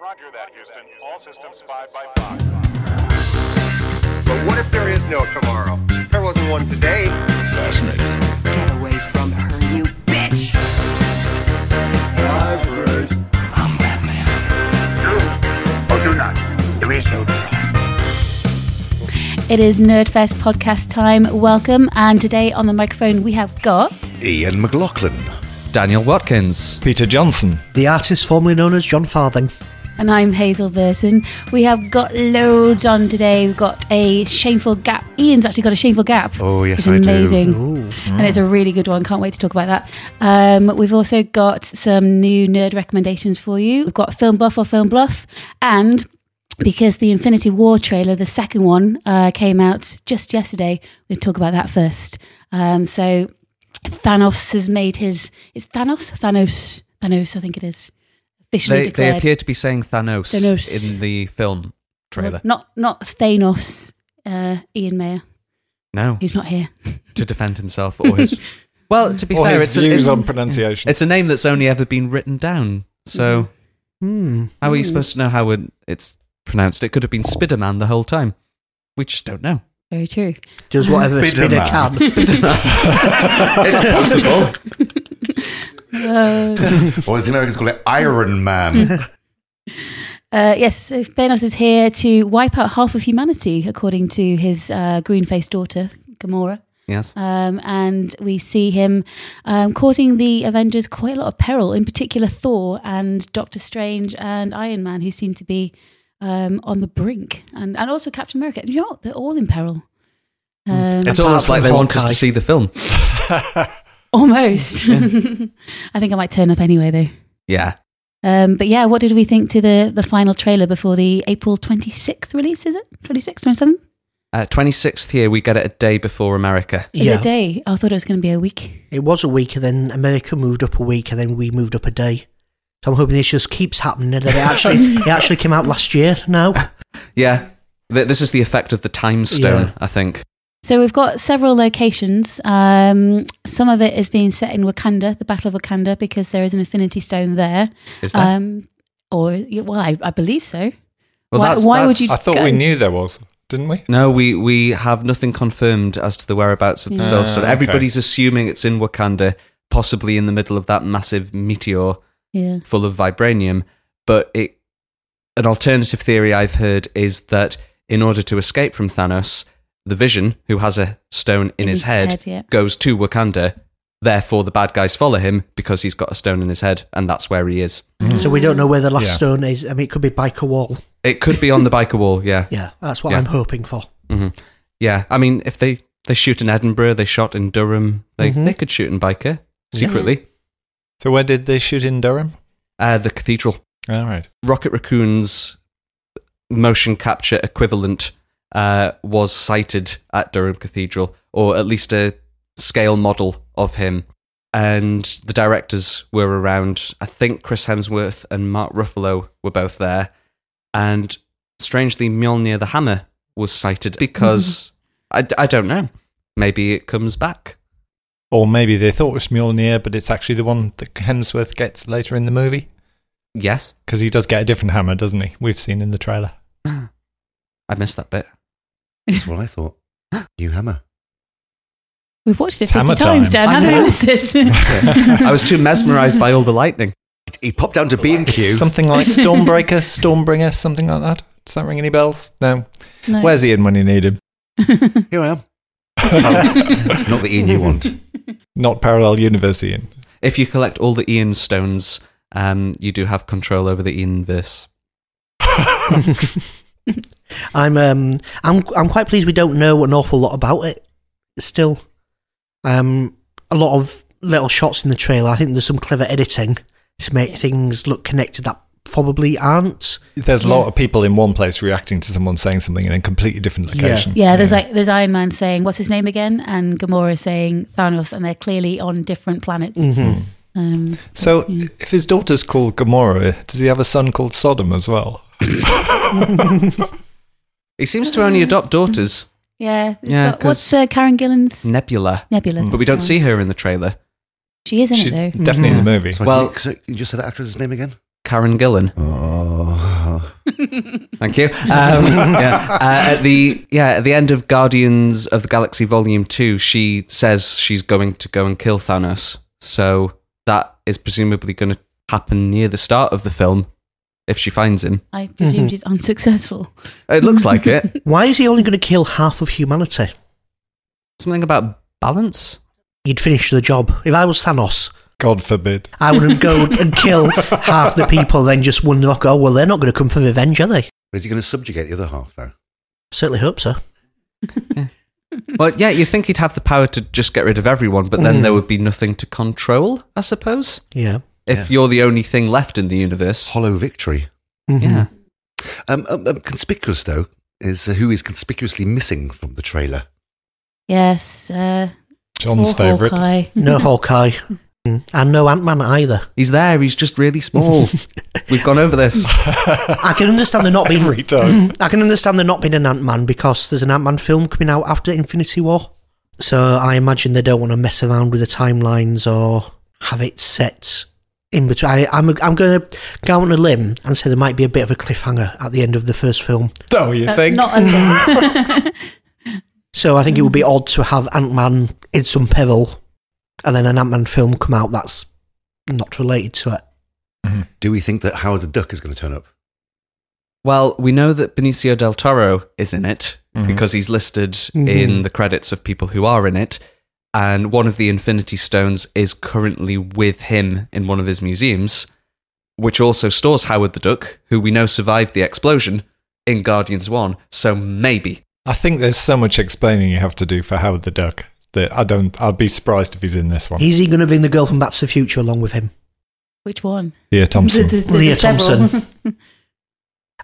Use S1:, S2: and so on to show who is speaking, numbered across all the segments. S1: Roger that, Houston. All systems five by five.
S2: But what if there is no tomorrow? There wasn't one today.
S3: Get away from her, you bitch! I'm Batman.
S4: or do not. There is no try.
S5: It is Nerdfest podcast time. Welcome. And today on the microphone we have got
S6: Ian McLaughlin.
S7: Daniel Watkins.
S8: Peter Johnson.
S9: The artist formerly known as John Farthing.
S5: and I'm Hazel Burton. We have got loads on today. We've got a shameful gap. Ian's actually got a shameful gap.
S6: Oh, yes,
S5: it's
S6: I do.
S5: amazing. And it's a really good one. Can't wait to talk about that. Um, we've also got some new nerd recommendations for you. We've got Film Bluff or Film Bluff, and because the Infinity War trailer, the second one, uh, came out just yesterday, we'll talk about that first. Um, so Thanos has made his. It's Thanos. Thanos. Thanos. I think it is. Officially
S7: They, they
S5: declared.
S7: appear to be saying Thanos,
S5: Thanos.
S7: in the film trailer.
S5: Not not Thanos, uh, Ian Mayer,
S7: No,
S5: who's not here.
S7: to defend himself or his. well, to be
S8: Or
S7: fair,
S8: his
S7: it's
S8: views
S7: a,
S8: on pronunciation.
S7: it's a name that's only ever been written down. So
S9: Hmm.
S7: how are you supposed to know how it- it's pronounced? It could have been Spiderman the whole time. We just don't know.
S5: Very true.
S9: Does whatever
S6: Spider Man.
S9: Spider can.
S7: It's possible.
S5: Uh,
S6: Or as the Americans call it, Iron Man.
S5: uh, yes, so Thanos is here to wipe out half of humanity, according to his uh, green-faced daughter Gamora.
S7: yes.
S5: Um, and we see him um, causing the Avengers quite a lot of peril, in particular Thor and Doctor Strange and Iron Man, who seem to be um, on the brink, and, and also Captain America. You know, what? they're all in peril. Um,
S7: It's almost
S9: from
S7: like they want us
S9: Hawkeye.
S7: to see the film.
S5: Almost. I think I might turn up anyway, though.
S7: Yeah.
S5: Um, but yeah, what did we think to the, the final trailer before the April 26th release? Is it 26th, 27th?
S7: Uh, 26th here, we get it a day before America.
S5: Is
S9: Yeah.
S5: a day. I thought it was going to be a week.
S9: It was a week, and then America moved up a week, and then we moved up a day. So I'm hoping this just keeps happening. And then it actually, it actually came out last year now.
S7: Yeah. Th- this is the effect of the time stone, I think.
S5: So we've got several locations. Um, some of it is being set in Wakanda, the Battle of Wakanda, because there is an Infinity Stone there.
S7: Is that?
S5: Um, or, well, I, I believe so.
S7: Well,
S5: why-
S7: that's-
S5: why would
S7: that's-
S5: you-
S8: I thought we knew there was, didn't we?
S7: No, we, we have nothing confirmed as to the whereabouts of the
S5: Yeah.
S7: Soul Stone.
S8: Ah, okay.
S7: Everybody's assuming it's in Wakanda, possibly in the middle of that massive meteor
S5: Yeah.
S7: full of vibranium. But it, an alternative theory I've heard is that in order to escape from Thanos, the Vision, who has a stone in, his, head,
S5: yeah.
S7: goes to Wakanda. Therefore, the bad guys follow him because he's got a stone in his head, and that's where he is.
S9: So we don't know where the last
S8: Yeah.
S9: stone is. I mean, it could be Biker Wall.
S7: It could be on the biker wall, yeah.
S9: Yeah, that's what
S7: Yeah.
S9: I'm hoping for.
S7: hmm Yeah, I mean, if they they shoot in Edinburgh, they shot in Durham. They
S9: Mhm.
S7: they could shoot in Biker secretly.
S8: So where did they shoot in Durham?
S7: Uh, the cathedral,
S8: All right.
S7: Rocket Raccoon's motion capture equivalent uh, was sighted at Durham Cathedral, or at least a scale model of him. And the directors were around. I think Chris Hemsworth and Mark Ruffalo were both there. And strangely, Mjolnir the Hammer was sighted because I, I don't know. Maybe it comes back.
S8: Or maybe they thought it was Mjolnir, but it's actually the one that Hemsworth gets later in the movie.
S7: Yes,
S8: Because he does get a different hammer, doesn't he? We've seen in the trailer.
S7: I missed that bit.
S6: That's what I thought. New hammer.
S5: We've watched it
S8: It's
S5: 50
S8: hammer
S5: times, Dan. How
S7: I
S8: time.
S5: do we
S7: know.
S5: miss this?
S7: I was too mesmerized by all the lightning.
S6: He popped down to B and Q.
S8: It's something like Stormbreaker, Stormbringer, something like that. Does that ring any bells? No.
S5: No.
S8: Where's Ian when you need him? Oh.
S6: Here I am. Not the Ian you want.
S8: Not parallel universe Ian.
S7: If you collect all the Ian stones, um, you do have control over the Ian verse.
S9: I'm, um, I'm, I'm quite pleased we don't know an awful lot about it. Still, um, a lot of little shots in the trailer. I think there's some clever editing to make things look connected that probably aren't.
S8: There's a lot of people in one place reacting to someone saying something in a completely different
S9: Yeah.
S8: location.
S5: Yeah, there's like there's Iron Man saying what's his name again, and Gamora saying Thanos, and they're clearly on different planets.
S8: Hmm.
S9: Mm-hmm.
S5: Um,
S8: So,
S5: Mm.
S8: if his daughter's called Gamora, does he have a son called Sodom as well?
S7: He seems to only adopt daughters,
S5: yeah, it's
S7: Yeah,
S5: got- what's
S7: 'cause-
S5: uh, Karen Gillan's
S7: Nebula,
S5: Nebula?
S7: but we don't
S5: that's
S7: see
S5: right.
S7: her in the trailer.
S5: She is in it
S8: She's
S5: though.
S8: definitely in the movie.
S6: So
S7: Well-
S6: well, you, so you just say that actress's name again?
S7: Karen Gillan.
S6: Oh. Oh,
S7: Thank you. Um, yeah. Uh, at the yeah at the end of Guardians of the Galaxy Volume Two, she says she's going to go and kill Thanos. So that is presumably going to happen near the start of the film if she finds him.
S5: I presume she's unsuccessful.
S7: It looks like it.
S9: Mm-hmm. Why is he only going to kill half of humanity?
S7: Something about balance.
S9: You'd finish the job. If I was Thanos,
S8: God forbid.
S9: I wouldn't go and kill half the people, then just wonder, like, oh, well, they're not going to come for revenge, are they?
S6: is he going to subjugate the other half though?
S9: Certainly hope so.
S7: Well, yeah, you'd think he'd have the power to just get rid of everyone, but then there would be nothing to control, I suppose.
S9: Yeah.
S7: If
S6: Yeah.
S7: you're the only thing left in the universe.
S6: Hollow victory.
S9: Mhm.
S7: Yeah.
S6: Um, um, um, conspicuous though is uh, who is conspicuously missing from the trailer.
S5: Yes. Uh,
S8: John's
S5: poor
S8: favourite.
S5: Hawkeye.
S9: No Hawkeye. Mm. and no Ant Man either.
S7: He's there, he's just really small. We've gone over this.
S9: I can understand there not being.
S8: Every time.
S9: I can understand there not being an Ant Man because there's an Ant Man film coming out after Infinity War. So I imagine they don't want to mess around with the timelines or have it set in between. I, I'm, I'm going to go on a limb and say there might be a bit of a cliffhanger at the end of the first film.
S8: Don't you
S5: That's
S8: think?
S5: not a
S9: So I think it would be odd to have Ant Man in some peril and then an Ant Man film come out that's not related to it.
S6: Do we think that Howard the Duck is going to turn up?
S7: Well, we know that Benicio del Toro is in it
S8: Mhm.
S7: because he's listed
S9: Mhm.
S7: in the credits of people who are in it. And one of the Infinity Stones is currently with him in one of his museums, which also stores Howard the Duck, who we know survived the explosion in Guardians 1. So maybe.
S8: I think there's so much explaining you have to do for Howard the Duck that I don't. I'd be surprised if he's in this one.
S9: Is he going to bring the girl from Back to the Future along with him?
S5: Which one?
S8: Leah Thompson.
S5: There's- there's-
S9: Leah
S5: there's several.
S9: Thompson.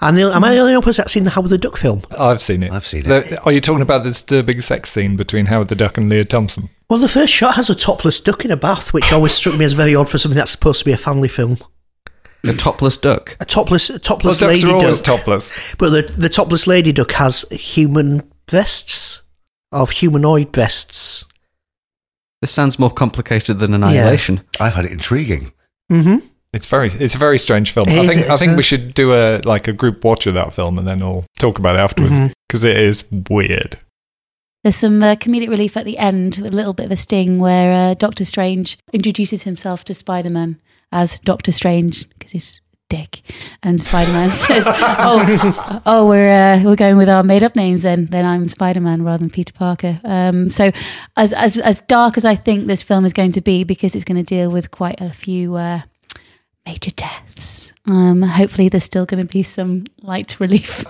S9: And the, am I the only one person that's seen the Howard the Duck film?
S8: I've seen it.
S6: I've seen it.
S8: The- are you talking about the disturbing sex scene between Howard the Duck and Leah Thompson?
S9: Well, the first shot has a topless duck in a bath, which always struck me as very odd for something that's supposed to be a family film.
S7: The topless duck.
S9: A topless, a
S8: Well,
S9: topless
S8: ducks
S9: lady
S8: are always
S9: duck,
S8: topless.
S9: but the, the topless lady duck has human breasts, of humanoid breasts.
S7: This sounds more complicated than Annihilation.
S6: I've had it intriguing.
S9: Mm-hmm.
S8: It's very, it's a very strange film.
S9: It
S8: I
S9: is,
S8: think, I
S9: it's
S8: think
S9: a-
S8: we should do a like a group watch of that film, and then we'll talk about it afterwards
S9: Mhm.
S8: because is weird.
S5: There's some uh, comedic relief at the end with a little bit of a sting where uh, Doctor Strange introduces himself to Spider Man as Doctor Strange because he's a dick, and Spider Man says, "Oh, oh, we're uh, we're going with our made up names then. Then I'm Spider Man rather than Peter Parker." Um, so, as as as dark as I think this film is going to be, because it's going to deal with quite a few. Uh, Major deaths. Um, hopefully, there's still going to be some light relief.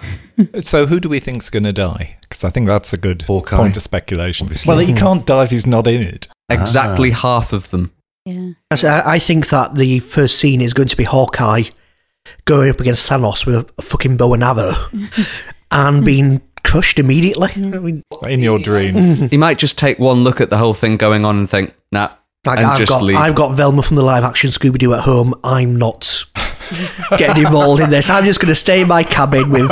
S8: So, who do we think's going to die? Because I think that's a good
S6: Hawkeye,
S8: point of speculation.
S6: obviously.
S8: Well, he
S9: Mm-hmm.
S8: can't die if he's not in it.
S7: Exactly
S9: Ah.
S7: half of them.
S5: yeah.
S9: I, I think that the first scene is going to be Hawkeye going up against Thanos with a fucking bow and arrow and being crushed immediately. I mean,
S8: In your dreams,
S9: Mm-hmm.
S7: He might just take one look at the whole thing going on and think, nah,
S9: Like
S7: and
S9: I've
S7: just
S9: got
S7: leave.
S9: I've got Velma from the live action Scooby Doo at home. I'm not getting involved in this. I'm just going to stay in my cabin with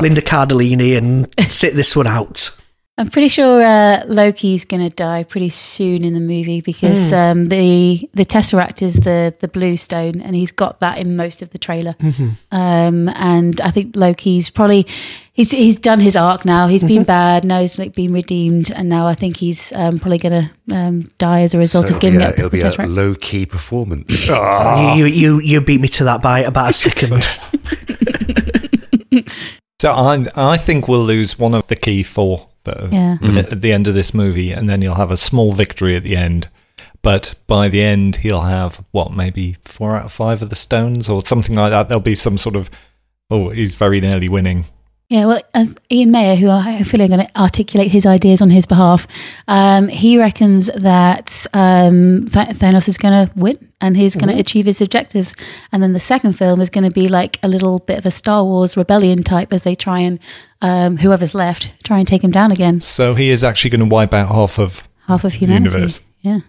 S9: Linda Cardellini and sit this one out.
S5: I'm pretty sure uh, Loki's going to die pretty soon in the movie because um, the the Tesseract is the the blue stone, and he's got that in most of the trailer. Um, and I think Loki's probably he's he's done his arc now. He's been bad. Now he's like been redeemed, and now I think he's um, probably going to um, die as a result
S6: So
S5: of giving
S6: it'll be a-
S5: up
S6: it'll
S5: the
S6: be a
S5: Tesseract.
S6: low key performance.
S7: Ah.
S9: You, you you you beat me to that by about a second.
S8: so I, I think we'll lose one of the key four that are
S5: Yeah.
S7: Mm-hmm.
S8: at the end of this movie, and then he'll have a small victory at the end. But by the end, he'll have what, maybe four out of five of the stones or something like that. There'll be some sort of, oh, he's very nearly winning.
S5: Yeah, well, as Ian Mayer, who I hopefully am going to articulate his ideas on his behalf, um, he reckons that um, Th- Thanos is going to win and he's going to achieve his objectives. And then the second film is going to be like a little bit of a Star Wars rebellion type as they try and, um, whoever's left, try and take him down again.
S8: So he is actually going to wipe out half of.
S5: Half of humanity.
S8: Universe.
S5: Yeah.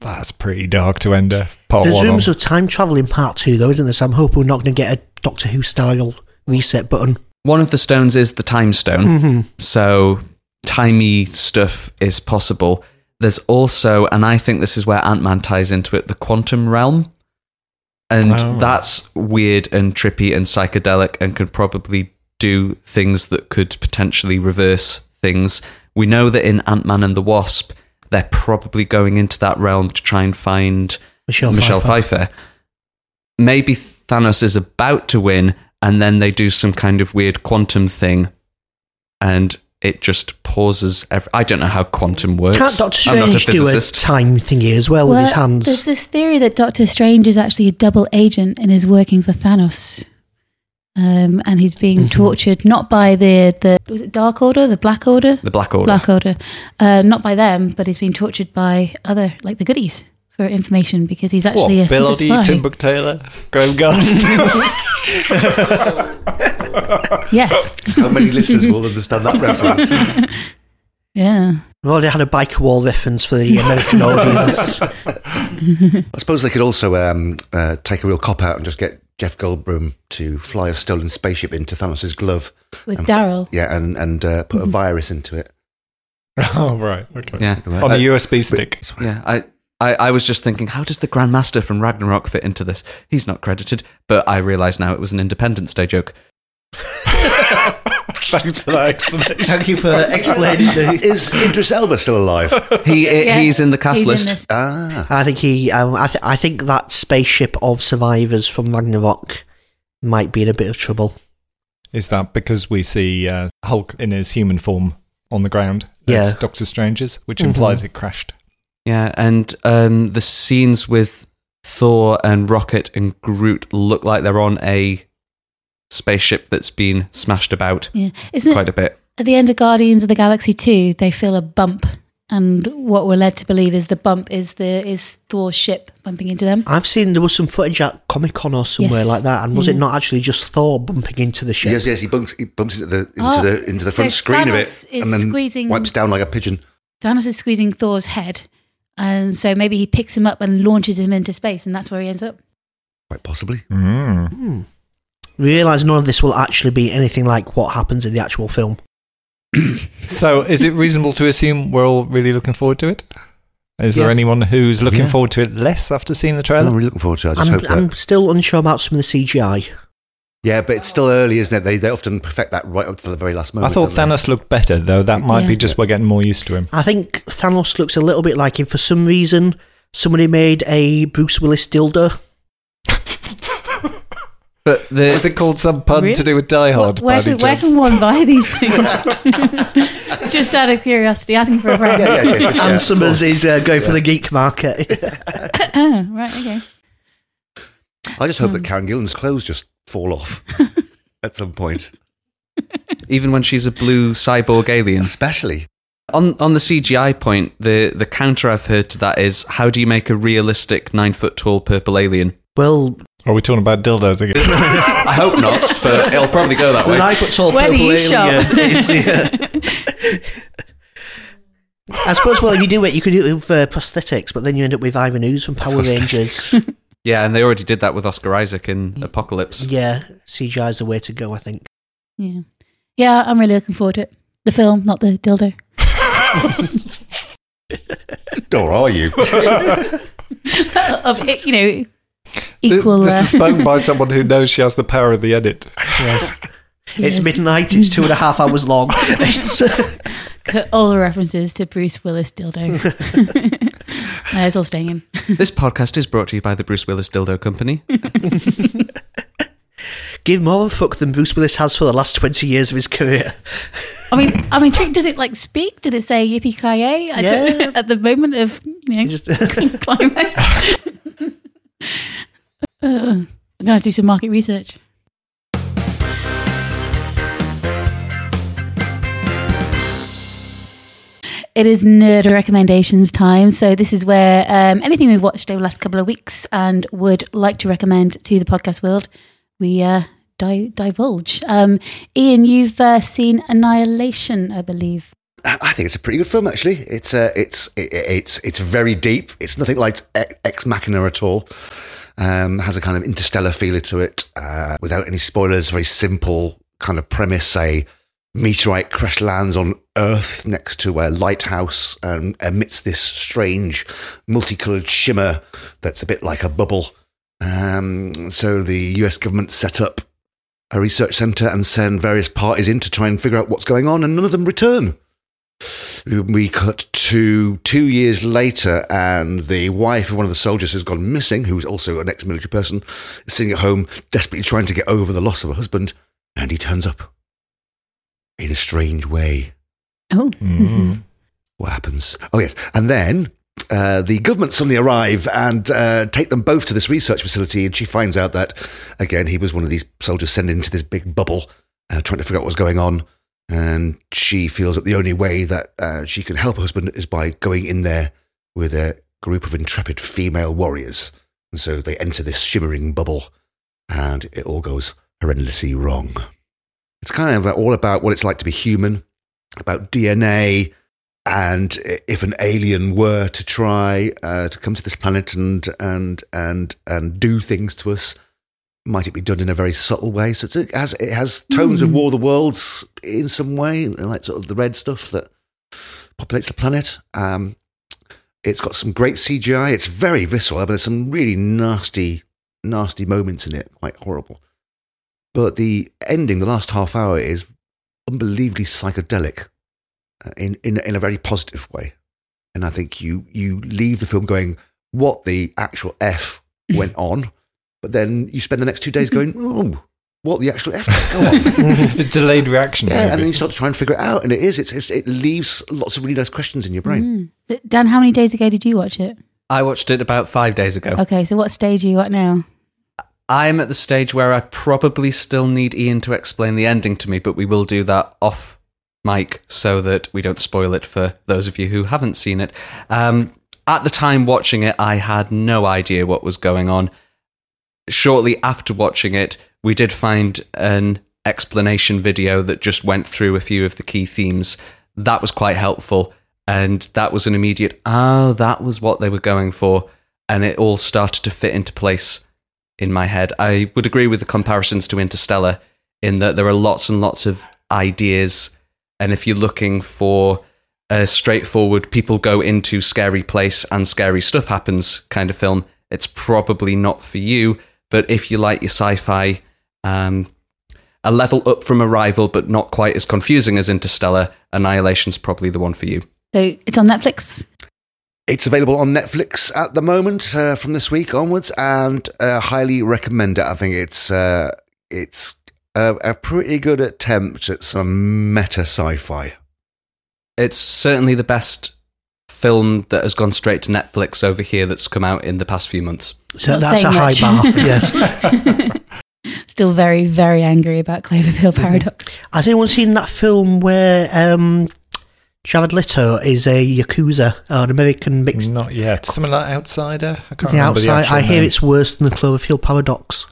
S8: That's pretty dark to end a
S7: Oh,
S8: part
S9: There's
S8: one.
S9: rooms
S8: on.
S9: of time travel in part two, though, isn't there? So I'm hoping we're not going to get a Doctor Who style reset button.
S7: One of the stones is the time stone. So timey stuff is possible. There's also, and I think this is where Ant Man ties into it, the quantum realm. and
S8: Oh.
S7: that's weird and trippy and psychedelic and could probably do things that could potentially reverse things. We know that in Ant Man and the Wasp, they're probably going into that realm to try and find
S9: Michelle,
S7: Michelle
S9: Pfeiffer.
S7: Pfeiffer. Maybe Thanos is about to win, and then they do some kind of weird quantum thing, and it just pauses. Every- I don't know how quantum works.
S9: Can't Doctor
S7: I'm not a
S9: Strange do a
S7: physicist.
S9: time thingy as well, with his
S5: Well,
S9: hands?
S5: There's this theory that Doctor Strange is actually a double agent and is working for Thanos. Um, and he's being tortured not by the, the was it Dark Order, the Black Order,
S7: the Black Order.
S5: Black Order, uh, not by them, but he's being tortured by other like the goodies for information because he's actually a
S8: Bill
S5: super spy.
S8: Oddie, Tim Book Taylor, Graham Garden.
S5: yes,
S6: How many listeners will understand that reference?
S5: yeah.
S9: We've already had a biker wall reference for the American audience.
S6: I suppose they could also um, uh, take a real cop out and just get Jeff Goldblum to fly a stolen spaceship into Thanos' glove.
S5: With
S6: Um,
S5: Daryl,
S6: Yeah, and, and uh, put a virus into it.
S8: oh, right. Okay.
S7: Yeah. Uh,
S8: On a USB stick.
S7: Yeah, I, I, I was just thinking, how does the Grandmaster from Ragnarok fit into this? He's not credited, but I realise now it was an Independence Day joke.
S8: Thanks for that explanation.
S9: Thank you for explaining the.
S6: Uh, Is Idris Elba still alive?
S7: He
S5: Yeah,
S7: he's in the cast
S5: he's in
S7: list.
S5: this-
S6: ah,
S9: I think he. Um, I, th- I think that spaceship of survivors from Ragnarok might be in a bit of trouble.
S8: Is that because we see uh, Hulk in his human form on the ground?
S9: Yeah.
S8: It's Doctor Strange's, which implies it crashed.
S7: Yeah, and um, the scenes with Thor and Rocket and Groot look like they're on a spaceship that's been smashed about
S5: yeah. Isn't
S7: quite
S5: it
S7: a bit.
S5: at the end of Guardians of the Galaxy two? They feel a bump, and what we're led to believe is the bump is the is Thor's ship bumping into them.
S9: I've seen there was some footage at Comic Con or somewhere
S5: Yes.
S9: like that, and was it
S5: Yeah.
S9: not actually just Thor bumping into the ship?
S6: yes, yes. He bumps, he bumps into the into
S5: Oh,
S6: the into the
S5: so
S6: front screen of
S5: Thanos
S6: it,
S5: is
S6: and then
S5: squeezing-
S6: wipes down like a pigeon.
S5: Thanos is squeezing Thor's head, and so maybe he picks him up and launches him into space, and that's where he ends up.
S6: Quite possibly.
S8: Mm.
S9: We realise Hmm. none of this will actually be anything like what happens in the actual film.
S8: So, is it reasonable to assume we're all really looking forward to it? Is there
S7: Yes.
S8: anyone who's looking
S6: Yeah.
S8: forward to it less after seeing the
S6: I'm
S8: trailer?
S6: really looking forward to it. I just
S9: I'm,
S6: hope that.
S9: I'm still unsure about some of the CGI.
S6: yeah, but it's still early, isn't it? They they often perfect that right up to the very last
S8: I
S6: moment.
S8: thought
S6: don't they?
S8: Thanos looked better, though. That might be
S5: Yeah.
S8: just we're getting more used to him.
S9: I think Thanos looks a little bit like if for some reason somebody made a Bruce Willis dildo.
S7: But
S8: Is
S7: the,
S8: it called some pun
S5: Really?
S8: to do with Die Hard?
S5: Wh- where,
S8: by any
S5: can, where
S8: chance?
S5: can one buy these things? Just out of curiosity, asking for a friend.
S6: Yeah, yeah, yeah, just- yeah.
S9: and Summers is uh, going for the geek market.
S5: Oh, right, okay.
S6: I just hope that Karen Gillan's clothes just fall off at some point,
S7: even when she's a blue cyborg alien.
S6: especially.
S7: On on the CGI point, the, the counter I've heard to that is how do you make a realistic nine foot tall purple alien?
S9: well,
S8: Are we talking about dildos again?
S7: I hope not, but it'll probably go that
S9: the
S7: way.
S9: nine foot tall
S5: Where do
S9: purple
S5: you
S9: alien
S5: shop?
S9: is, yeah. I suppose, well, if you do it, you could do it with uh, prosthetics, but then you end up with Ivan Ooze from Power Rangers.
S7: Yeah, and they already did that with Oscar Isaac in Apocalypse.
S9: yeah, CGI is the way to go, I think.
S5: Yeah. yeah, I'm really looking forward to it. The film, not the dildo.
S6: Or are you?
S5: of it, you know,
S8: Th-
S5: equal.
S8: this
S5: uh,
S8: is spoken by someone who knows she has the power of the edit.
S9: Yes.
S5: Yes.
S9: It's midnight, it's two and a half hours long. It's, uh,
S5: to all the references to Bruce Willis dildo. no, it's all staying in.
S7: This podcast is brought to you by the Bruce Willis Dildo Company.
S9: give more of a fuck than Bruce Willis has for the last 20 years of his career.
S5: I mean, I'm intrigued. Does it like speak? Did it say yippee ki yay? I
S9: Yeah.
S5: don't, at the moment of you know
S9: He just-
S5: climax. Uh, I'm gonna have to do some market research. It is nerd recommendations time. So this is where um, anything we've watched over the last couple of weeks and would like to recommend to the podcast world, we uh, di- divulge. Um, Ian, you've uh, seen Annihilation, I believe.
S6: I I think it's a pretty good film, actually. It's uh, it's it, it- it's it's very deep. It's nothing like E- Ex Machina at all. Um, has a kind of interstellar feeler to it, uh, without any spoilers. Very simple kind of premise: a meteorite crash lands on Earth next to a lighthouse um, and emits this strange, multicolored shimmer that's a bit like a bubble. Um, so the US government set up a research centre and send various parties in to try and figure out what's going on, and none of them return. We cut to two years later, and the wife of one of the soldiers has gone missing, who's also an ex military person, is sitting at home desperately trying to get over the loss of her husband, and he turns up in a strange way
S5: Oh,
S8: Mm.
S6: what happens? Oh yes, and then uh, the government suddenly arrive and uh, take them both to this research facility, and she finds out that again he was one of these soldiers sent into this big bubble, uh, trying to figure out what's going on, and she feels that the only way that uh, she can help her husband is by going in there with a group of intrepid female warriors, and so they enter this shimmering bubble, and it all goes horrendously wrong. It's kind of all about what it's like to be human, about DNA, and if an alien were to try uh, to come to this planet and and and and do things to us, might it be done in a very subtle way? So it's, it has it has tones of War of the Worlds in some way, like sort of the red stuff that populates the planet. Um, it's got some great CGI. It's very visceral, but there's some really nasty, nasty moments in it, quite horrible. But the ending, the last half hour, is unbelievably psychedelic uh, in, in in a very positive way. And I think you you leave the film going, what the actual f went on, but then you spend the next two days going, oh, what the actual f did go on.
S8: A Delayed reaction.
S6: Yeah, and then you
S8: maybe.
S6: start to try and figure it out, and it is it's, it's it leaves lots of really nice questions in your brain.
S5: Mm. Dan, how many days ago did you watch it?
S7: I watched it about five days ago.
S5: Okay, so what stage are you at now?
S7: I'm at the stage where I probably still need Ian to explain the ending to me, but we will do that off mic so that we don't spoil it for those of you who haven't seen it. Um, at the time watching it, I had no idea what was going on. Shortly after watching it, we did find an explanation video that just went through a few of the key themes. That was quite helpful. And that was an immediate, oh, that was what they were going for. And it all started to fit into place in my head. I would agree with the comparisons to Interstellar in that there are lots and lots of ideas, and if you're looking for a straightforward, people go into scary place and scary stuff happens kind of film, it's probably not for you. But if you like your sci-fi, um, a level up from Arrival, but not quite as confusing as Interstellar, Annihilation's probably the one for you.
S5: So it's on Netflix.
S6: It's available on Netflix at the moment uh, from this week onwards, and uh, highly recommend it. I think it's uh, it's a, a pretty good attempt at some meta sci-fi.
S7: It's certainly the best film that has gone straight to Netflix over here that's come out in the past few months.
S9: So
S5: Not
S9: that's a
S5: saying
S9: high
S5: much.
S9: bar. Yes.
S5: Still very, very angry about Cloverfield
S6: Mm-hmm.
S5: Paradox.
S9: Has anyone seen that film where um, Jared Leto is a yakuza, an American mixed?
S8: Not yet. Something like Outsider. I can't
S9: The
S8: remember
S9: outside,
S8: the actual
S9: I hear
S8: name.
S9: it's worse than the Cloverfield paradox.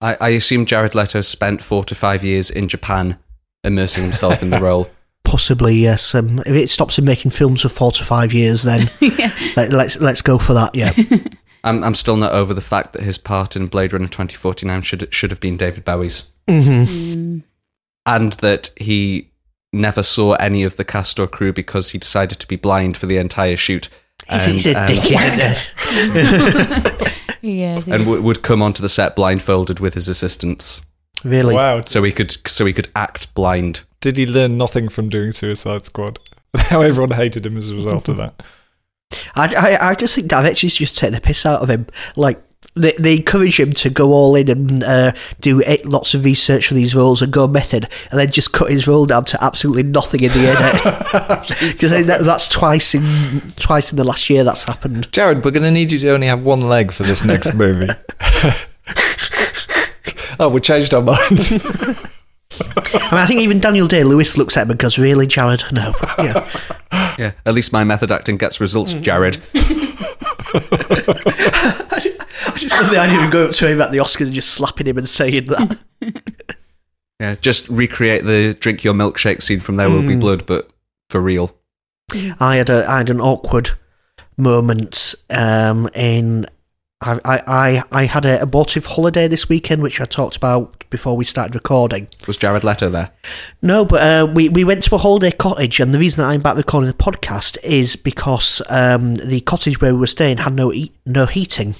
S7: I, I assume Jared Leto spent four to five years in Japan immersing himself in the role.
S9: Possibly, yes. Um, if it stops him making films for four to five years, then let, let's let's go for that. Yeah.
S7: I'm, I'm still not over the fact that his part in Blade Runner 2049 should, should have been David Bowie's,
S9: mm-hmm.
S5: Mm.
S7: and that he never saw any of the cast or crew because he decided to be blind for the entire shoot.
S9: He's,
S7: and,
S9: he's a
S7: um,
S9: dick, isn't he?
S5: Yeah.
S7: and w- would come onto the set blindfolded with his assistants,
S9: Really.
S8: Wow.
S7: so he could so he could act blind.
S8: Did he learn nothing from doing Suicide Squad? How everyone hated him as a result of that.
S9: I, I, I just think directors just take the piss out of him. Like they, they encourage him to go all in and uh, do eight, lots of research for these roles and go method, and then just cut his role down to absolutely nothing in the edit. Because that, that's twice in twice in the last year that's happened.
S8: Jared, we're going to need you to only have one leg for this next movie. oh, we changed our minds.
S9: I mean, I think even Daniel Day Lewis looks at him and goes, "Really, Jared? No." Yeah.
S7: Yeah, at least my method acting gets results, Jared.
S9: I ju- I just love the idea of going up to him at the Oscars and just slapping him and saying that.
S7: Yeah, just recreate the drink your milkshake scene from There Will
S9: Mm.
S7: Be Blood, but for real.
S9: I had a I had an awkward moment um, in. I, I, I, I had an abortive holiday this weekend, which I talked about before we started recording.
S7: Was Jared Leto there?
S9: No, but uh, we, we went to a holiday cottage, and the reason that I'm back recording the podcast is because um, the cottage where we were staying had no e- no heating,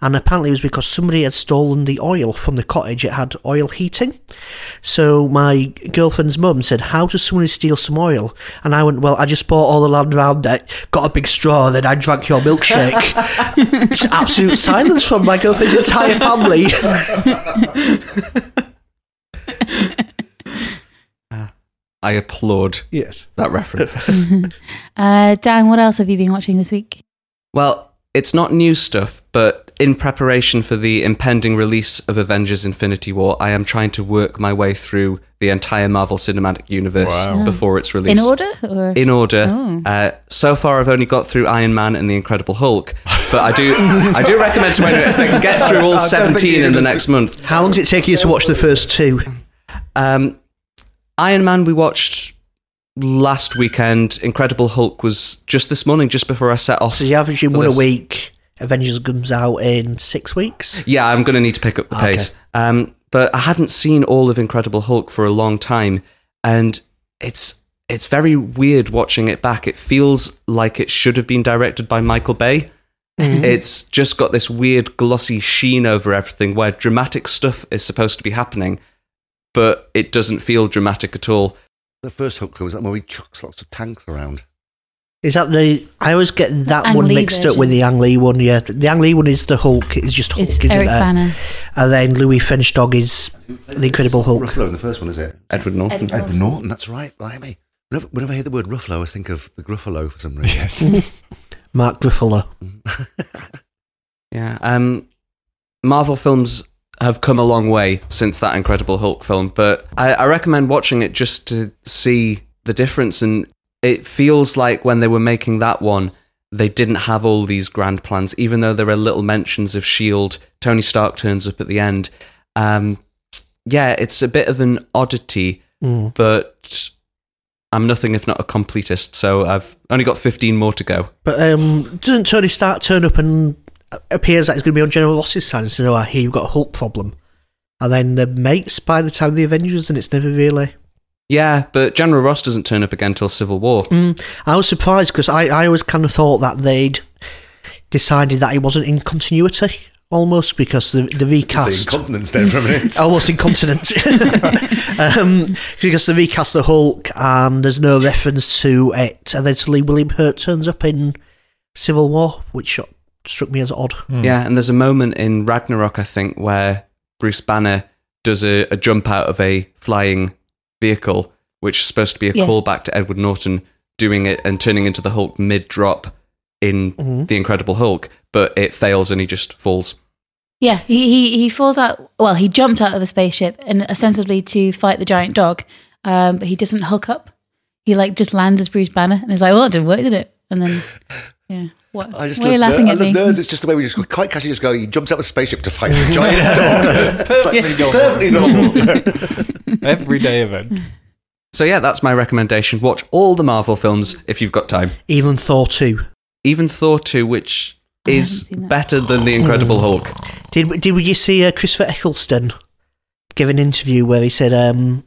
S9: and apparently it was because somebody had stolen the oil from the cottage. It had oil heating. So my girlfriend's mum said, How does somebody steal some oil? And I went, Well, I just bought all the land round it, got a big straw, then I drank your milkshake. Just absolute silence from my girlfriend's entire family.
S7: I applaud
S8: Yes.
S7: that reference.
S5: Uh, Dan, what else have you been watching this week?
S7: Well, it's not new stuff, but in preparation for the impending release of Avengers Infinity War, I am trying to work my way through the entire Marvel Cinematic Universe
S8: Wow.
S7: before its release.
S5: Hmm. In order? Or?
S7: In order.
S5: Oh.
S7: Uh, so far, I've only got through Iron Man and the Incredible Hulk, but I do, I do recommend to anyone if they can get through all
S8: I don't think
S7: seventeen
S8: you
S7: in the
S8: understand.
S7: next month.
S9: How long did it take you to watch the first two?
S7: Um, Iron Man we watched last weekend. Incredible Hulk was just this morning, just before I set off.
S9: So you're averaging
S7: for
S9: one a
S7: this.
S9: week. Avengers comes out in six weeks.
S7: Yeah, I'm going to need to pick up the
S9: Okay.
S7: pace. Um, but I hadn't seen all of Incredible Hulk for a long time, and it's it's very weird watching it back. It feels like it should have been directed by Michael Bay.
S9: Mm-hmm.
S7: It's just got this weird glossy sheen over everything, where dramatic stuff is supposed to be happening, but it doesn't feel dramatic at all.
S6: The first Hulk film was that where he chucks lots of tanks around.
S9: Is that the? I always get that
S5: Ang
S9: one
S5: Lee
S9: mixed up
S5: version.
S9: with the Ang Lee one. Yeah, the Ang Lee one is the Hulk. It's just Hulk,
S5: It's
S9: isn't
S5: Eric
S9: it?
S5: Banner.
S9: And then Louis Frenchdogue is the Incredible Hulk.
S6: Ruffalo in the first one, is it?
S7: Edward Norton.
S5: Edward
S6: Edward Norton, that's right. Blimey. Whenever, whenever I hear the word Ruffalo, I think of the Gruffalo for some reason.
S8: Yes.
S9: Mark Ruffalo.
S7: Yeah. Um, Marvel films have come a long way since that Incredible Hulk film, but I, I recommend watching it just to see the difference. And it feels like when they were making that one, they didn't have all these grand plans, even though there are little mentions of S.H.I.E.L.D. E Tony Stark turns up at the end. Um, yeah, it's a bit of an oddity,
S9: Mm.
S7: but I'm nothing if not a completist, so I've only got 15 more to go.
S9: But um, doesn't Tony Stark turn up and appears that he's going to be on General Ross's side and says, "Oh, I hear you've got a Hulk problem," and then they're mates by the time of the Avengers, and it's never really.
S7: Yeah, but General Ross doesn't turn up again till Civil War.
S9: Mm, I was surprised because I, I always kind of thought that they'd decided that he wasn't in continuity almost because the the
S6: Saying
S9: recast
S6: continents there for a minute.
S9: almost incontinent um, because they recast the Hulk and there's no reference to it, and then suddenly William Hurt turns up in Civil War, which struck me as odd.
S7: Yeah, and there's a moment in Ragnarok, I think, where Bruce Banner does a, a jump out of a flying vehicle, which is supposed to be a
S5: Yeah.
S7: callback to Edward Norton doing it and turning into the Hulk mid drop in The Incredible Hulk, but it fails and he just falls.
S5: Yeah, he, he, he falls out. Well, he jumped out of the spaceship and ostensibly to fight the giant dog, um, but he doesn't hook up. He like just lands as Bruce Banner and is like, "Well, it didn't work, did it?" And then, yeah, what?
S6: I just
S5: Why are you
S6: love
S5: laughing
S6: ner-
S5: at
S6: I love
S5: me?
S6: nerds. It's just the way we just quite casually just go. He jumps out of a spaceship to fight a giant dog. It's like, perfectly normal.
S8: Everyday event.
S7: So, yeah, that's my recommendation. Watch all the Marvel films if you've got time.
S9: Even Thor two.
S7: Even Thor 2, which
S5: I haven't
S7: is
S5: seen that.
S7: better than The Incredible Hulk.
S9: Did did you see uh, Christopher Eccleston give an interview where he said um,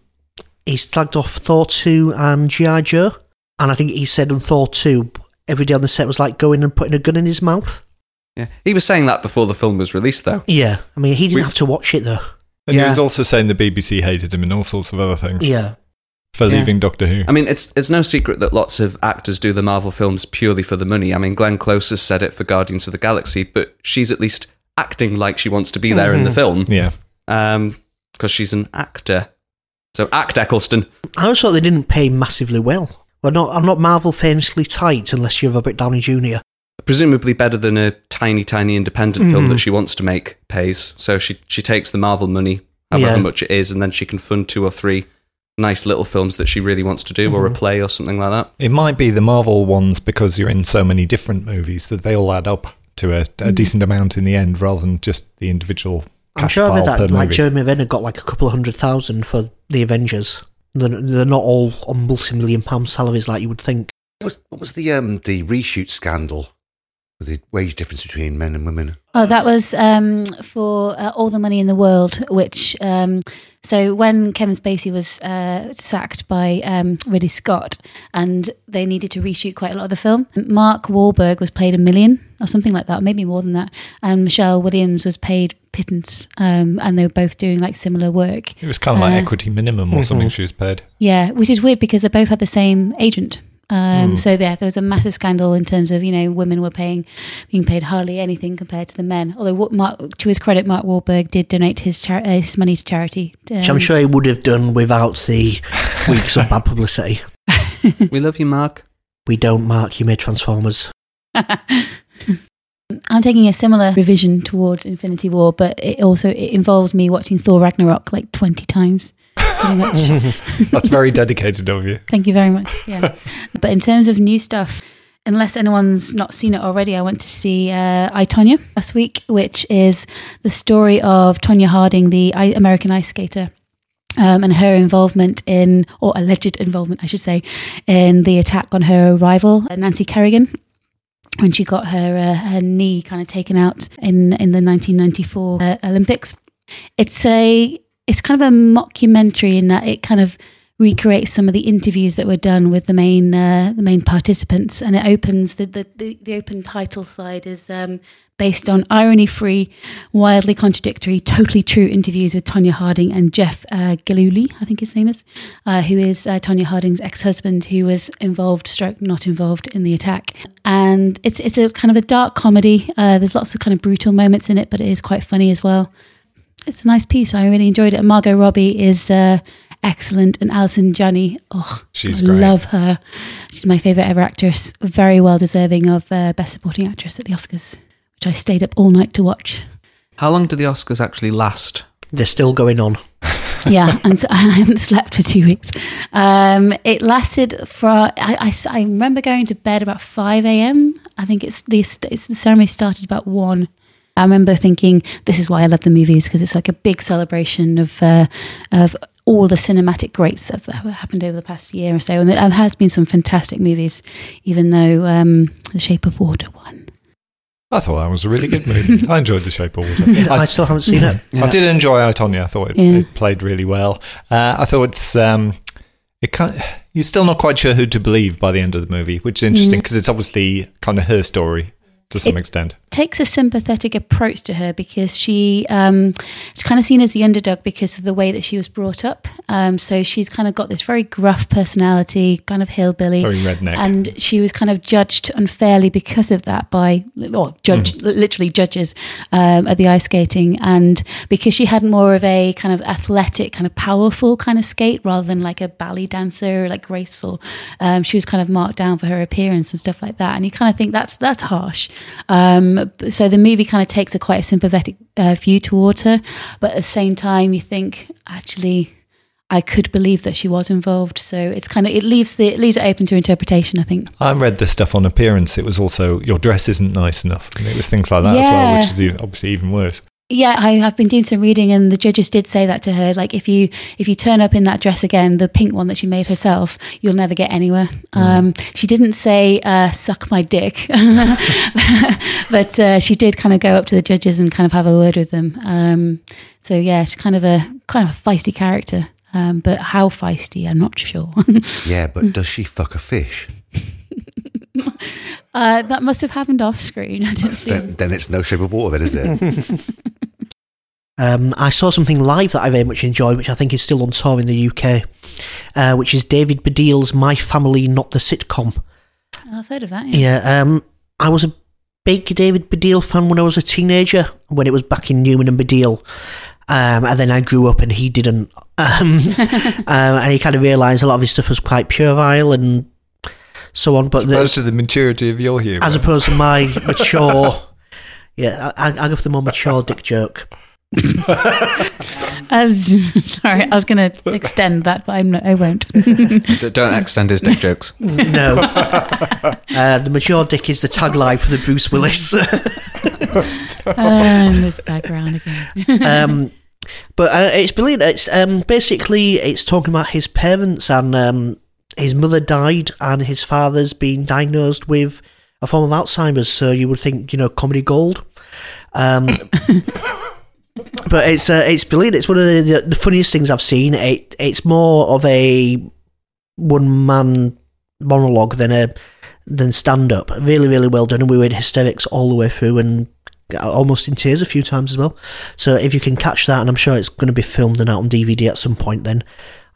S9: he's slagged off Thor two and GI Joe, and I think he said on Thor two every day on the set was like going and putting a gun in his mouth.
S7: Yeah. He was saying that before the film was released, though.
S9: Yeah, I mean he didn't
S7: We-
S9: have to watch it though.
S8: And
S7: Yeah.
S8: he was also saying the BBC hated him and all sorts of other things
S9: Yeah,
S8: for
S7: Yeah.
S8: leaving Doctor Who.
S7: I mean, it's it's no secret that lots of actors do the Marvel films purely for the money. I mean, Glenn Close has said it for Guardians of the Galaxy, but she's at least acting like she wants to be there in the film
S8: Mm-hmm. yeah.
S7: because she's an actor. So act Eccleston.
S9: I always thought they didn't pay massively well. Well, not I'm not Marvel famously tight unless you're Robert Downey Jr.
S7: Presumably better than a tiny, tiny independent film that she wants to make pays. So she she takes the Marvel money, however
S9: Yeah.
S7: much it is, and then she can fund two or three nice little films that she really wants to do, or a play, or something like that.
S8: It might be the Marvel ones because you're in so many different movies that they all add up to a, a decent amount in the end rather than just the individual
S9: I'm
S8: cash
S9: sure I
S8: pile
S9: read that
S8: per
S9: like
S8: movie.
S9: Jeremy Renner got like a couple of hundred thousand for the Avengers. They're, they're not all on multi-million pound salaries like you would think.
S6: what, was, what was the um, the reshoot scandal the wage difference between men and women.
S5: Oh, that was um, for uh, All the Money in the World, which. Um, so when Kevin Spacey was uh, sacked by um, Ridley Scott and they needed to reshoot quite a lot of the film, Mark Wahlberg was paid a million or something like that, maybe more than that. And Michelle Williams was paid pittance. Um, and they were both doing like similar work.
S8: It was kind of like
S5: Uh,
S8: equity minimum or something she was paid.
S5: Yeah, which is weird because they both had the same agent.
S8: Mm.
S5: Um, So there, there was a massive scandal in terms of you know women were paying being paid hardly anything compared to the men. Although what Mark, to his credit, Mark Wahlberg did donate his char- uh, his money to charity.
S9: Which I'm
S5: Um,
S9: sure he would have done without the weeks of bad publicity.
S7: we love you, Mark.
S9: We don't mark you made Transformers.
S5: I'm taking a similar revision towards Infinity War, but it also it involves me watching Thor Ragnarok like 20 times. Pretty much.
S8: That's very dedicated of you.
S5: Thank you very much. Yeah. but in terms of new stuff, unless anyone's not seen it already, I went to see uh, I Tonya last week, which is the story of Tonya Harding, the I- American ice skater. Um, and her involvement in, or alleged involvement, I should say, in the attack on her rival, uh, Nancy Kerrigan, when she got her uh, her knee kind of taken out in in the 1994 uh, Olympics. It's a it's kind of a mockumentary in that it kind of recreates some of the interviews that were done with the main uh, the main participants, and it opens the the, the, the open title side is um, based on irony free, wildly contradictory, totally true interviews with Tonya Harding and Jeff uh, Gillooly, I think his name is, uh, who is uh, Tonya Harding's ex husband, who was involved, stroke not involved in the attack, and it's it's a kind of a dark comedy. Uh, there's lots of kind of brutal moments in it, but it is quite funny as well it's a nice piece. I really enjoyed it. And Margot Robbie is uh, excellent, and Alison Janney, oh,
S8: She's
S5: I
S8: great.
S5: love her. She's my favorite ever actress. Very well deserving of uh, best supporting actress at the Oscars, which I stayed up all night to watch.
S7: How long do the Oscars actually last?
S9: They're still going on.
S5: yeah, and so I haven't slept for two weeks. Um, it lasted for. I, I s- I remember going to bed about five a.m. I think it's the it's the ceremony started about one. I remember thinking this is why I love the movies because it's like a big celebration of uh, of all the cinematic greats that have happened over the past year or so, and there has been some fantastic movies, even though um, The Shape of Water won.
S8: I thought that was a really good movie. I enjoyed The Shape of Water.
S9: I still haven't seen it.
S7: Yeah.
S8: I did enjoy Itonia. I thought it,
S5: Yeah.
S8: it played really well. Uh, I thought it's um, it kind you're still not quite sure who to believe by the end of the movie, which is interesting because it's obviously kind of her story to some
S5: Mm. It-
S8: extent.
S5: takes a sympathetic approach to her because she um, she's kind of seen as the underdog because of the way that she was brought up. Um, so she's kind of got this very gruff personality, kind of hillbilly.
S8: Very redneck.
S5: And she was kind of judged unfairly because of that by, or judge, li- literally judges um, at the ice skating. And because she had more of a kind of athletic, kind of powerful kind of skate rather than like a ballet dancer, like graceful, um, she was kind of marked down for her appearance and stuff like that. And you kind of think that's that's harsh. Um, so the movie kind of takes a quite a sympathetic uh, view towards her, but at the same time, you think actually. I could believe that she was involved. So it's kind of it leaves the it leaves it open to interpretation. I think.
S8: I read the stuff on appearance. It was also your dress isn't nice enough. And it was things like that as well,
S5: Yeah.
S8: which is even, obviously even worse.
S5: Yeah, I have been doing some reading, and the judges did say that to her. Like, if you if you turn up in that dress again, the pink one that she made herself, you'll never get anywhere. Um, she didn't say uh, "suck my dick," but uh, she did kind of go up to the judges and kind of have a word with them. Um, so yeah, she's kind of a kind of a feisty character, um, but how feisty, I'm not sure.
S6: Yeah, but does she fuck a fish?
S5: uh, that must have happened off screen. I didn't see.
S6: Then, then it's no shape of water, then is it?
S9: Um, I saw something live that I very much enjoyed, which I think is still on tour in the UK, uh, which is David Baddiel's My Family, Not the Sitcom.
S5: I've heard of that. Yeah.
S9: Yeah, um, I was a big David Baddiel fan when I was a teenager, when it was back in Newman and Baddiel. Um, and then I grew up and he didn't. Um, um, and he kind of realised a lot of his stuff was quite puerile and so on. But the,
S8: to the maturity of your humour.
S9: as opposed to my mature. Yeah, I, I go for the more mature dick joke.
S5: I was- sorry, I was going to extend that, but I'm not, I won't. Um,
S7: D- don't extend his dick jokes.
S9: No. uh, the mature dick is the tagline for the Bruce Willis.
S5: and it's background again.
S9: um, but uh, it's brilliant. It's um, basically it's talking about his parents and um, his mother died and his father's been diagnosed with a form of Alzheimer's, so you would think, you know, comedy gold. Um, but it's uh, it's brilliant. It's one of the, the funniest things I've seen. It it's more of a one man monologue than a than stand up. Really, really well done, and we were in hysterics all the way through, and uh, almost in tears a few times as well. So if you can catch that, and I'm sure it's going to be filmed and out on DVD at some point, then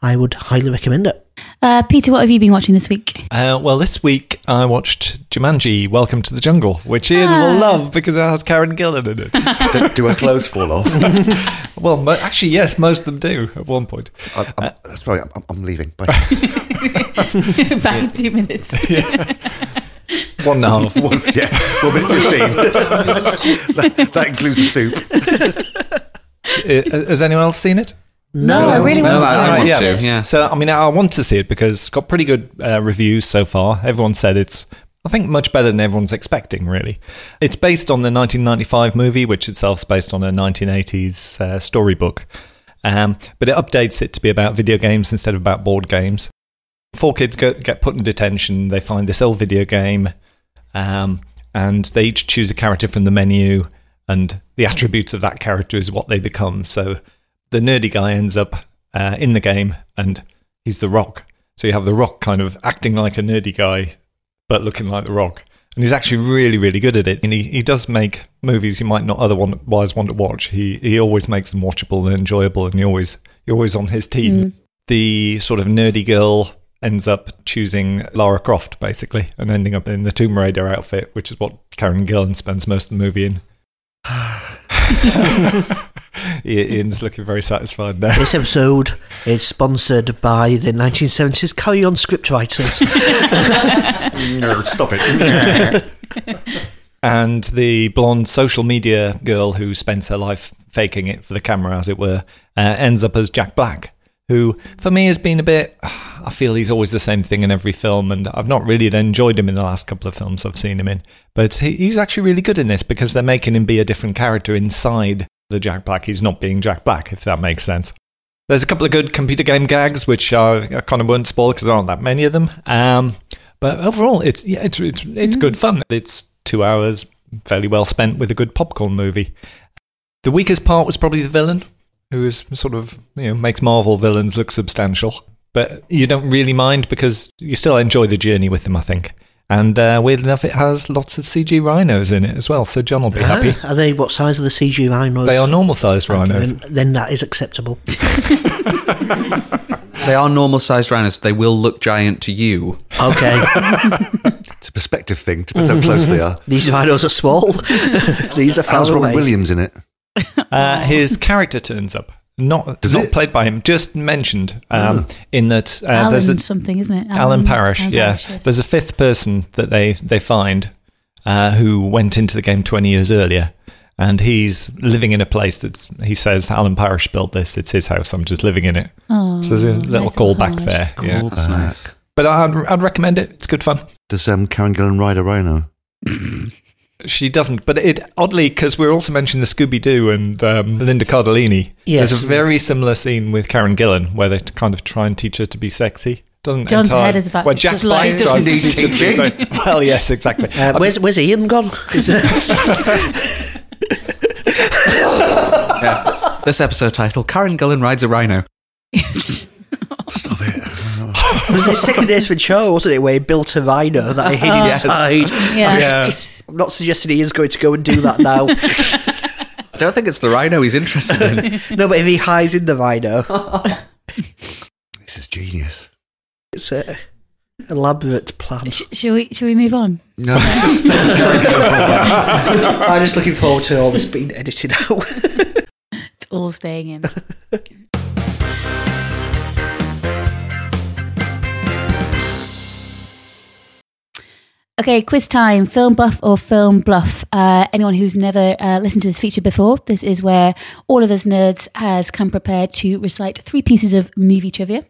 S9: I would highly recommend it.
S5: Uh, Peter, what have you been watching this week?
S8: Uh, well, this week I watched Jumanji: Welcome to the Jungle, which I love because it has Karen Gillan in it.
S6: do, do her clothes fall off? I,
S8: well, mo- actually, yes, most of them do at one point.
S6: I'm, that's probably, I'm, I'm leaving. Bye.
S5: Back in two minutes.
S8: One and a half.
S6: One, yeah, one minute fifteen. that, that includes the soup.
S8: Uh, has anyone else seen it?
S5: No, I really
S7: No,
S5: want to.
S7: I, I want
S8: yeah.
S7: to. Yeah.
S8: So, I mean, I want to see it because it's got pretty good uh, reviews so far. Everyone said it's, I think, much better than everyone's expecting, really. It's based on the 1995 movie, which itself's based on a 1980s uh, storybook. Um, but it updates it to be about video games instead of about board games. Four kids go, get put in detention. They find this old video game, um, and they each choose a character from the menu, and the attributes of that character is what they become. So the nerdy guy ends up uh, in the game and he's the rock. So you have the rock kind of acting like a nerdy guy, but looking like the rock. And he's actually really, really good at it. And he, he does make movies you might not otherwise want to watch. He he always makes them watchable and enjoyable, and you always you're always on his
S5: Mm.
S8: team. The sort of nerdy girl ends up choosing Lara Croft basically, and ending up in the Tomb Raider outfit, which is what Karen Gillan spends most of the movie in. Ian's looking very satisfied there.
S9: This episode is sponsored by the 1970s Carry On Scriptwriters.
S6: No, stop it.
S8: and the blonde social media girl who spends her life faking it for the camera, as it were, uh, ends up as Jack Black, who for me has been a bit. I feel he's always the same thing in every film, and I've not really enjoyed him in the last couple of films I've seen him in. But he, he's actually really good in this because they're making him be a different character inside the Jack Black. He's not being Jack Black, if that makes sense. There's a couple of good computer game gags, which I, I kind of won't spoil because there aren't that many of them. Um, but overall, it's yeah, it's it's, it's good fun. It's two hours fairly well spent with a good popcorn movie. The weakest part was probably the villain, who is sort of you know makes Marvel villains look substantial, but you don't really mind because you still enjoy the journey with them. I think. And uh, weird enough, it has lots of CG rhinos in it as well, so John will
S6: Ah.
S8: be happy.
S9: Uh, Are they what size are the CG rhinos?
S8: They are normal sized rhinos.
S9: Then, then that is acceptable.
S7: They are normal sized rhinos. They will look giant to you.
S9: Okay,
S6: It's a perspective thing. Depends how close they are.
S9: these rhinos are small. these are far
S6: How's Robin
S9: away.
S6: Williams in it?
S5: Oh,
S8: Uh, his character turns up. Not,
S6: Does
S8: not
S6: it? Ah.
S8: played by him, just mentioned um, in that uh, there's
S5: Alan
S8: a,
S5: something, isn't it?
S8: Alan, Parrish, yeah.
S5: yes.
S8: There's a fifth person that they they find uh, who went into the game 20 years earlier, and he's living in a place that's he says Alan Parrish built this. It's his house. I'm just living in it.
S5: Oh,
S8: So there's a little
S5: nice
S8: callback
S5: homage.
S8: there. yeah.
S6: Call
S7: That's
S6: back.
S7: nice.
S8: But I'd, I'd recommend it. It's good fun.
S6: Does um, Karen Gillan ride a rhino?
S8: She doesn't, but it oddly because we're also mentioning the Scooby Doo and um, Linda Cardellini.
S9: Yes.
S8: There's a very similar scene with Karen Gillan where they kind of try and teach her to be sexy. Doesn't
S5: John's
S8: entirely-
S5: head is about
S8: where
S5: to
S8: Jack
S5: explode.
S8: Black
S5: She doesn't
S8: tries to
S5: need
S8: teach her to be
S6: teaching.
S8: sexy. Well, yes, exactly.
S9: Uh, where's, where's Ian gone? Is it-
S7: This episode title Karen Gillan Rides a Rhino.
S6: Stop it.
S9: it was his second Ace Ventura, wasn't it, where he built a rhino that I hid
S5: Oh.
S9: inside.
S5: Yeah.
S9: I'm not suggesting he is going to go and do that now.
S7: I don't think it's the rhino he's interested in.
S9: no, but if he hides in the rhino,
S6: This is genius.
S9: it's a elaborate plan.
S5: Sh- shall we? Shall we move on?
S6: No, it's just Karen Gillan problem.
S9: I'm just looking forward to all this being edited out.
S5: It's all staying in. Okay, quiz time. Film buff or film bluff? Uh, anyone who's never uh, listened to this feature before, this is where all of us nerds has come prepared to recite three pieces of movie trivia,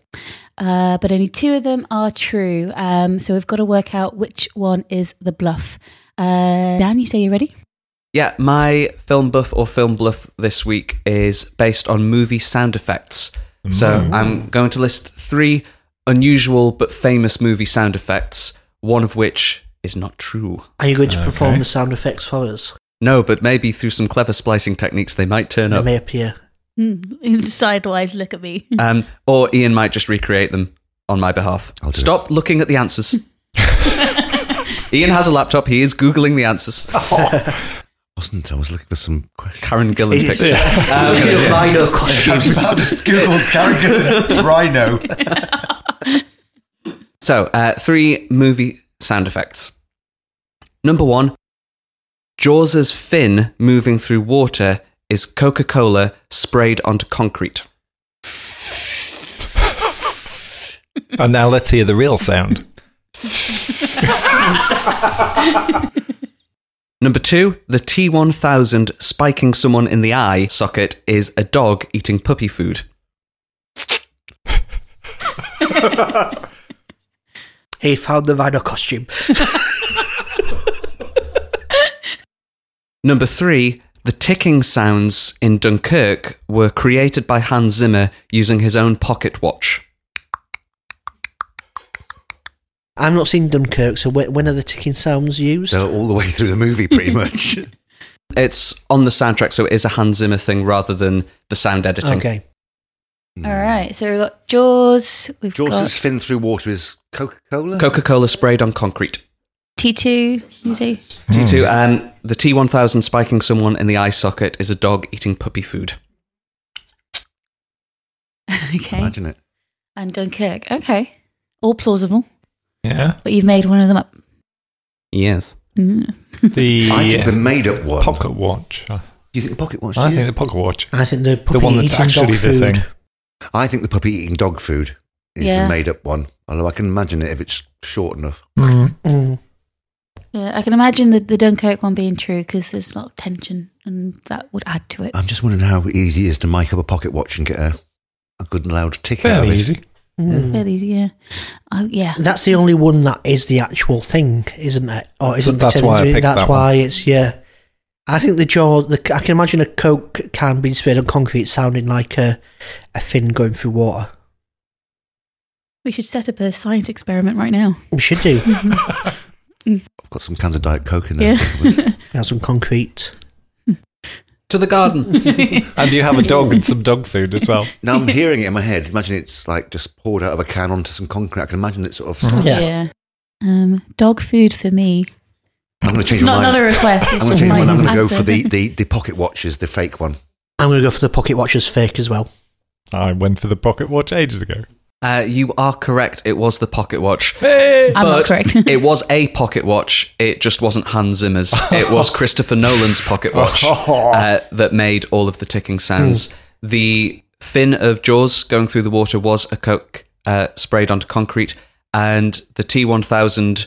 S5: uh, but only two of them are true. Um, so we've got to work out which one is the bluff. Uh, Dan, you say you're ready?
S7: Yeah, my film buff or film bluff this week is based on movie sound effects. So I'm going to list three unusual but famous movie sound effects, one of which is not true.
S9: Are you going to perform
S8: Okay.
S9: the sound effects for us?
S7: No, but maybe through some clever splicing techniques, they might turn
S9: They
S7: up.
S9: may appear.
S5: Mm, Sidewise, look at me.
S7: Um, or Ian might just recreate them on my behalf.
S6: I'll do
S7: Stop looking at the answers. Ian has a laptop. He is Googling the answers.
S6: Oh, Wasn't I was looking for some questions.
S7: Karen Gillan
S9: Yes.
S7: picture. Um,
S9: rhino
S6: I just googled Karen Gillan Rhino.
S7: So, uh, three movie sound effects. Number one, Jaws' fin moving through water is Coca Cola sprayed onto concrete.
S8: And now let's hear the real sound.
S7: Number two, the T 1000 spiking someone in the eye socket is a dog eating puppy food.
S9: He found the rhino costume.
S7: Number three, the ticking sounds in Dunkirk were created by Hans Zimmer using his own pocket watch.
S9: I'm not seen Dunkirk, so when, when are the ticking sounds used?
S6: So all the way through the movie, pretty much.
S7: It's on the soundtrack, so it is a Hans Zimmer thing rather than the sound editing.
S9: Okay.
S5: All right, so we've got Jaws, we've
S6: George's
S5: got
S6: Mm. fin through water is Coca Cola.
S7: Coca Cola sprayed on concrete.
S5: T2, you say?
S7: T2, um, the T1000 spiking someone in the eye socket is a dog eating puppy food.
S5: okay.
S6: Imagine it.
S5: And Dunkirk. Okay. All plausible,
S8: Yeah.
S5: but you've made one of them up.
S7: Yes.
S5: Mm.
S8: The,
S6: I think the made up one.
S8: pocket watch. I,
S6: Do you think the pocket watch? do
S8: I
S6: you?
S8: think the pocket watch.
S9: I think the puppy
S8: the one that's
S9: eating dog
S8: actually the
S9: food.
S8: thing.
S6: I think the puppy eating dog food is
S5: Yeah.
S6: the made up one. Although I can imagine it if it's short enough.
S8: Mm.
S9: Mm.
S5: Yeah, I can imagine the, the Dunkirk one being true because there's a lot of tension and that would add to it.
S6: I'm just wondering how easy it is to mic up a pocket watch and get a, a good and loud tick out of
S8: Fairly
S6: it.
S8: easy.
S9: Mm.
S5: Fairly, yeah. Oh, yeah.
S9: That's the only one that is the actual thing, isn't it? Or isn't
S8: that's
S9: pretending
S8: why I
S9: to be-
S8: picked
S9: That's
S8: that one.
S9: why it's yeah. I think the jaw. The, I can imagine a coke can being sprayed on concrete, sounding like a a fin going through water.
S5: We should set up a science experiment right now.
S9: We should do.
S6: I've got some cans of Diet Coke in there.
S5: Yeah.
S9: Have some concrete.
S7: To the garden.
S8: And you have a dog and some dog food as well.
S6: now I'm hearing it in my head. Imagine it's like just poured out of a can onto some concrete. I can imagine it sort of.
S5: Mm-hmm.
S9: Yeah.
S5: Um, dog food for me.
S6: I'm going to change
S5: It's not,
S6: my
S5: not a
S6: mind.
S5: request. It's
S6: I'm going to
S5: just
S6: change
S5: my
S6: my mind. I'm going to go
S5: answer.
S6: for the, the, the pocket watches, the fake one.
S9: I'm going to go for the pocket watchers fake as well.
S8: I went for the pocket watch ages ago.
S7: uh, you are correct. It was the pocket watch.
S5: I'm not
S7: But
S5: correct.
S7: it was a pocket watch. It just wasn't Hans Zimmer's. It was Christopher Nolan's pocket watch
S9: Oh.
S7: uh, that made all of the ticking sounds.
S9: Hmm.
S7: The fin of Jaws going through the water was a Coke uh, sprayed onto concrete, and the T1000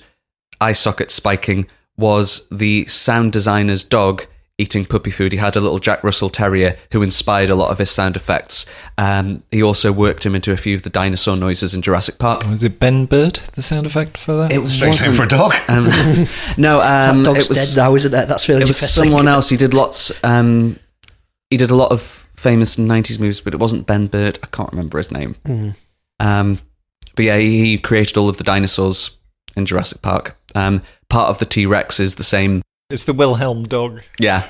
S7: eye socket spiking was the sound designer's dog eating puppy food. He had a little Jack Russell Terrier who inspired a lot of his sound effects. Um, he also worked him into a few of the dinosaur noises in Jurassic Park.
S9: Oh.
S8: Was Oh, it Ben Bird, the sound effect for that?
S7: It
S6: Strange name
S7: wasn't
S6: for a dog.
S7: um, no, um,
S9: that dog's
S7: it was
S9: dead now, isn't it? That's really
S7: it was
S9: depressing.
S7: someone else. He did lots. Um, he did a lot of famous '90s movies, but it wasn't Ben Burt. I can't remember his name.
S9: Hmm.
S7: Um, but yeah, he, he created all of the dinosaurs in Jurassic Park. Um, part of the T Rex is the same.
S8: It's the Wilhelm dog.
S7: Yeah,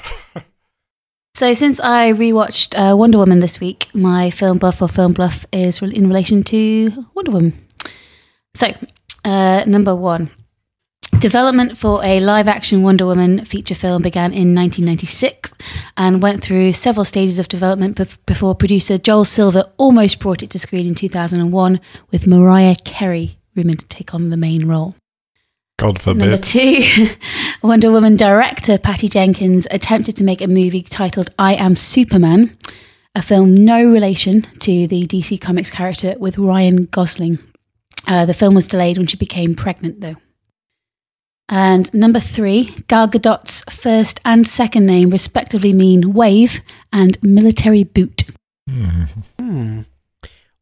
S5: So, since I rewatched uh, Wonder Woman this week, my film buff or film bluff is re- in relation to Wonder Woman. So, uh, number one development for a live action Wonder Woman feature film began in 1996 and went through several stages of development bef- before producer Joel Silver almost brought it to screen in 2001 with Mariah Carey rumored to take on the main role.
S8: God
S5: Number
S8: forbid.
S5: two, Wonder Woman director Patty Jenkins attempted to make a movie titled I Am Superman, a film no relation to the DC Comics character with Ryan Gosling. Uh, the film was delayed when she became pregnant, though. And number three, Gal Gadot's first and second name respectively mean wave and military boot.
S8: Hmm.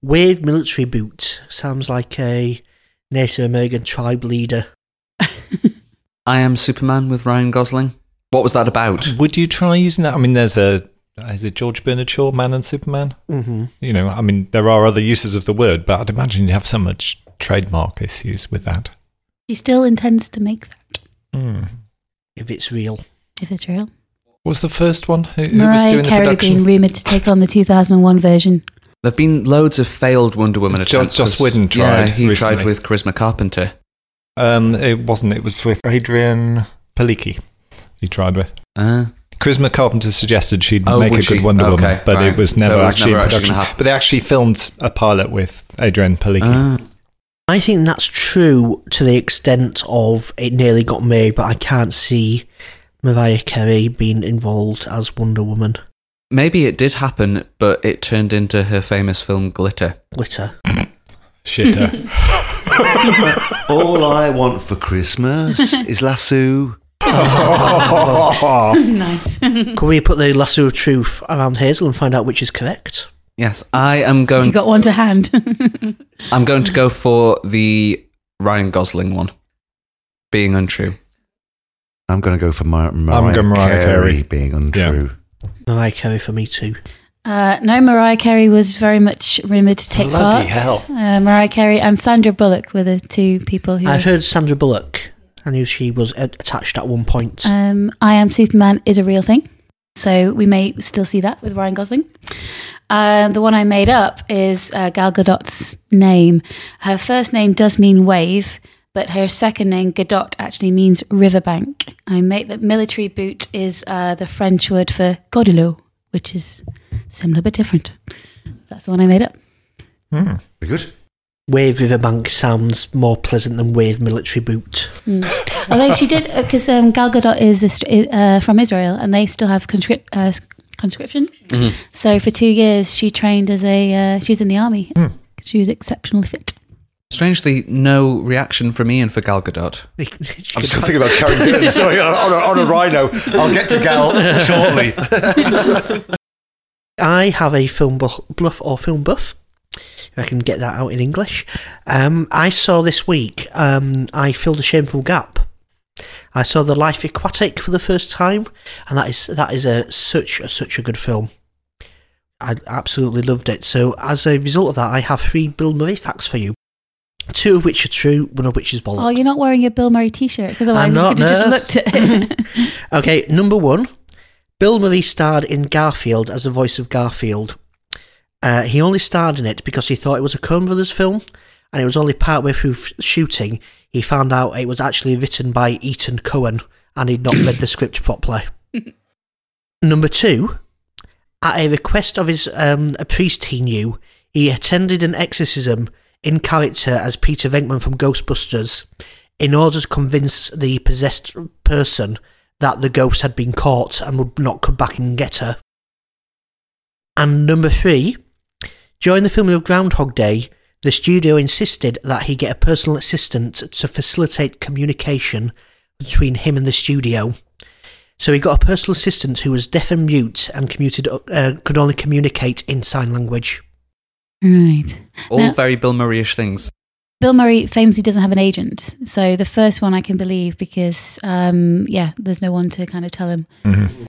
S9: Wave Hmm. military boots sounds like a Native American tribe leader.
S7: I am Superman with Ryan Gosling. What was that about?
S8: Would you try using that? I mean, there's a. Is it George Bernard Shaw, Man and Superman?
S9: Mm-hmm.
S8: You know, I mean, there are other uses of the word, but I'd imagine you have so much trademark issues with that.
S5: She still intends to make that.
S7: Hmm.
S8: Mm.
S9: if it's real.
S5: if it's real.
S8: Was the first one who, who was
S5: Mariah
S8: doing the
S5: Carey being
S8: production?
S5: rumoured to take on the 2001 version.
S7: There've been loads of failed Wonder Woman
S8: Joss-
S7: attempts.
S8: Joss
S7: 'cause-
S8: Whedon
S7: Yeah,
S8: tried
S7: he
S8: recently.
S7: tried with Charisma Carpenter.
S8: Um, it wasn't. It was with Adrian Palicki. He tried with.
S7: Uh,
S8: Charisma Carpenter suggested she'd
S7: Oh,
S8: make a
S7: would
S8: good
S7: she?
S8: Wonder Woman,
S7: Okay,
S8: but it
S7: right.
S8: was
S7: So
S8: never
S7: it was
S8: actually
S7: never
S8: in
S7: actually
S8: production.
S7: gonna happen.
S8: but they actually filmed a pilot with Adrian Palicki.
S7: uh,
S9: I think that's true to the extent of it nearly got made, but I can't see Mariah Carey being involved as Wonder Woman.
S7: maybe it did happen, but it turned into her famous film Glitter.
S9: Glitter.
S8: Shitter.
S6: All I want for Christmas is lasso.
S5: nice.
S9: Could we put the lasso of truth around Hazel and find out which is correct?
S7: Yes, I am going.
S5: you got one to hand.
S7: I'm going to go for the Ryan Gosling one, being untrue.
S6: I'm going to go for Mar- Mariah,
S8: going Mariah
S6: Carey,
S8: Carey.
S6: being untrue.
S9: Mariah Carey for me too.
S5: Uh, no, Mariah Carey was very much rumoured to take part.
S8: Bloody hell.
S5: Uh, Mariah Carey and Sandra Bullock were the two people who.
S9: I'd heard Sandra Bullock. I knew she was a- attached at one point.
S5: Um, I Am Superman is a real thing. So we may still see that with Ryan Gosling. Um, the one I made up is uh, Gal Gadot's name. Her first name does mean wave, but her second name, Gadot, actually means riverbank. I make that military boot is uh, the French word for godillo, which is similar but different. That's the one I made up. Hmm.
S8: Mm.
S6: Very good.
S9: Wave Riverbank sounds more pleasant than Wave Military Boot.
S5: Hmm. Although she did, because um, Gal Gadot is Isra- uh, from Israel, and they still have conscrip- uh, conscription. So for two years, she trained as a. Uh, she was in the army.
S9: Hmm.
S5: She was exceptionally fit.
S7: Strangely, no reaction from Ian for Gal Gadot.
S6: I'm still thinking about Karen Gillan, sorry, on on a, on a rhino. I'll get to Gal shortly.
S9: I have a film bu- bluff or film buff. If I can get that out in English. Um, I saw this week, um, I filled a shameful gap. I saw The Life Aquatic for the first time, and that is that is a such a, such a good film. I absolutely loved it. So as a result of that, I have three Bill Murray facts for you, two of which are true, one of which is bollocks.
S5: Oh, you're not wearing your Bill Murray T-shirt because otherwise
S9: I'm
S5: you
S9: not,
S5: could have just
S9: no.
S5: looked at it.
S9: Okay, number one, Bill Murray starred in Garfield as the voice of Garfield. Uh, he only starred in it because he thought it was a Coen Brothers film, and it was only partway through f- shooting he found out it was actually written by Eaton Cohen, and he'd not read the script properly. number two, at a request of his um, a priest he knew, he attended an exorcism in character as Peter Venkman from Ghostbusters in order to convince the possessed person that the ghost had been caught and would not come back and get her. And number three, during the filming of Groundhog Day, the studio insisted that he get a personal assistant to facilitate communication between him and the studio. So he got a personal assistant who was deaf and mute and commuted, uh, could only communicate in sign language.
S5: right.
S7: All
S5: Now-
S7: very Bill Murray-ish things.
S5: Bill Murray famously doesn't have an agent, so the first one I can believe because, um, yeah, there's no one to kind of tell him.
S8: Mm-hmm.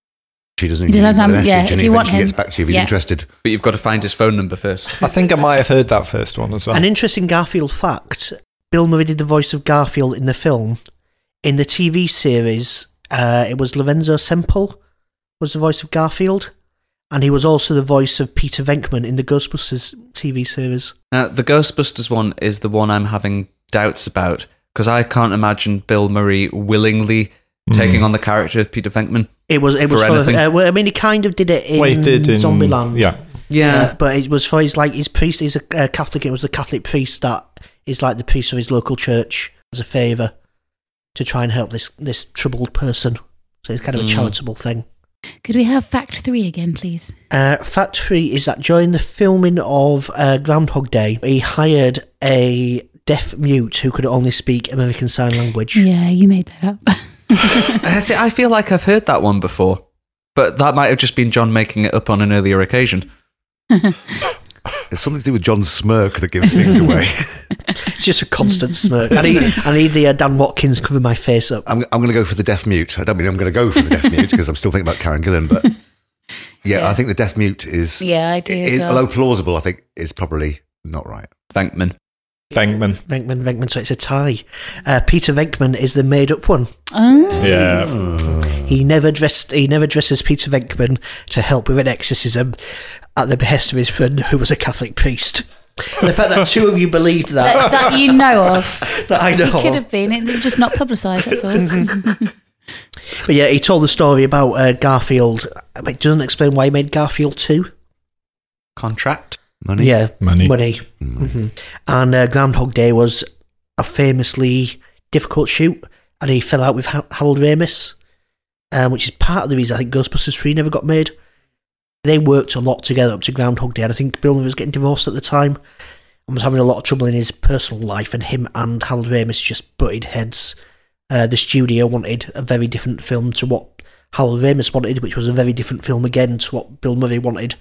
S6: She doesn't
S5: He doesn't
S6: even
S5: have-
S6: have a message
S5: yeah, if
S6: and he
S5: you want
S6: eventually gets
S5: him-
S6: back to you if he's
S5: yeah.
S6: interested.
S7: But you've got to find his phone number first.
S8: I think I might have heard that first one as well.
S9: An interesting Garfield fact Bill Murray did the voice of Garfield in the film. In the TV series, uh, it was Lorenzo Semple was the voice of Garfield, and he was also the voice of Peter Venkman in the Ghostbusters TV series.
S7: Now, the Ghostbusters one is the one I'm having doubts about because I can't imagine Bill Murray willingly taking on the character of Peter Venkman.
S9: It was it was
S7: For
S9: for,
S7: anything.
S9: uh, well, I mean, he kind of did it in
S8: Well, he did in
S9: Zombieland.
S8: Yeah,
S9: Uh, but it was for his like his priest. He's a uh, Catholic. It was the Catholic priest that is like the priest of his local church as a favor to try and help this this troubled person. So it's kind of a
S7: Mm.
S9: charitable thing.
S5: Could we have fact three again, please?
S9: Uh, fact three is that during the filming of uh, Groundhog Day, he hired a deaf mute who could only speak American Sign Language.
S5: Yeah, you made that up.
S7: I see, I feel like I've heard that one before, but that might have just been John making it up on an earlier occasion.
S6: It's something to do with John's smirk that gives things away.
S9: It's just a constant smirk. I need, I need the uh, Dan Watkins cover my face up.
S6: I'm, I'm going to go for the deaf mute. I don't mean I'm going to go for the deaf mute because I'm still thinking about Karen Gillan, but yeah,
S5: Yeah.
S6: I think the deaf mute is,
S5: yeah, I do.
S6: is although plausible, I think is probably not right.
S7: Venkman.
S8: Venkman.
S9: Venkman, Venkman. So it's a tie. Uh, Peter Venkman is the made-up one.
S5: Oh,
S8: Yeah.
S9: He never dressed. He never dresses Peter Venkman to help with an exorcism at the behest of his friend, who was a Catholic priest. And the fact that two of you believed
S5: that,
S9: that,
S5: that you know of.
S9: that I know.
S5: It could
S9: of.
S5: have been. It just not publicised. That's all.
S9: But yeah, he told the story about uh, Garfield. But it doesn't explain why he made Garfield two.
S7: Contract.
S6: Money.
S9: Yeah,
S8: Money.
S9: money. Mhm. And uh, Groundhog Day was a famously difficult shoot, and he fell out with ha- Harold Ramis, um, which is part of the reason I think Ghostbusters three never got made. They worked a lot together up to Groundhog Day, and I think Bill Murray was getting divorced at the time and was having a lot of trouble in his personal life, and him and Harold Ramis just butted heads. Uh, the studio wanted a very different film to what Harold Ramis wanted, which was a very different film again to what Bill Murray wanted.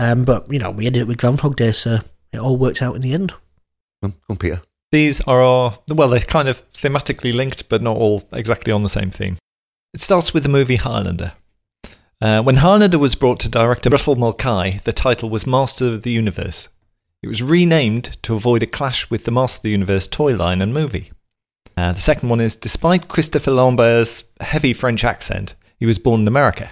S9: Um, but you know, we ended up with Groundhog Day, so it all worked out in the end.
S6: Come on, Peter.
S8: These are all, well, they're kind of thematically linked, but not all exactly on the same theme. It starts with the movie Highlander. Uh, when Highlander was brought to director Russell Mulcahy, the title was Master of the Universe. It was renamed to avoid a clash with the Master of the Universe toy line and movie. Uh, the second one is Despite Christopher Lambert's heavy French accent, he was born in America.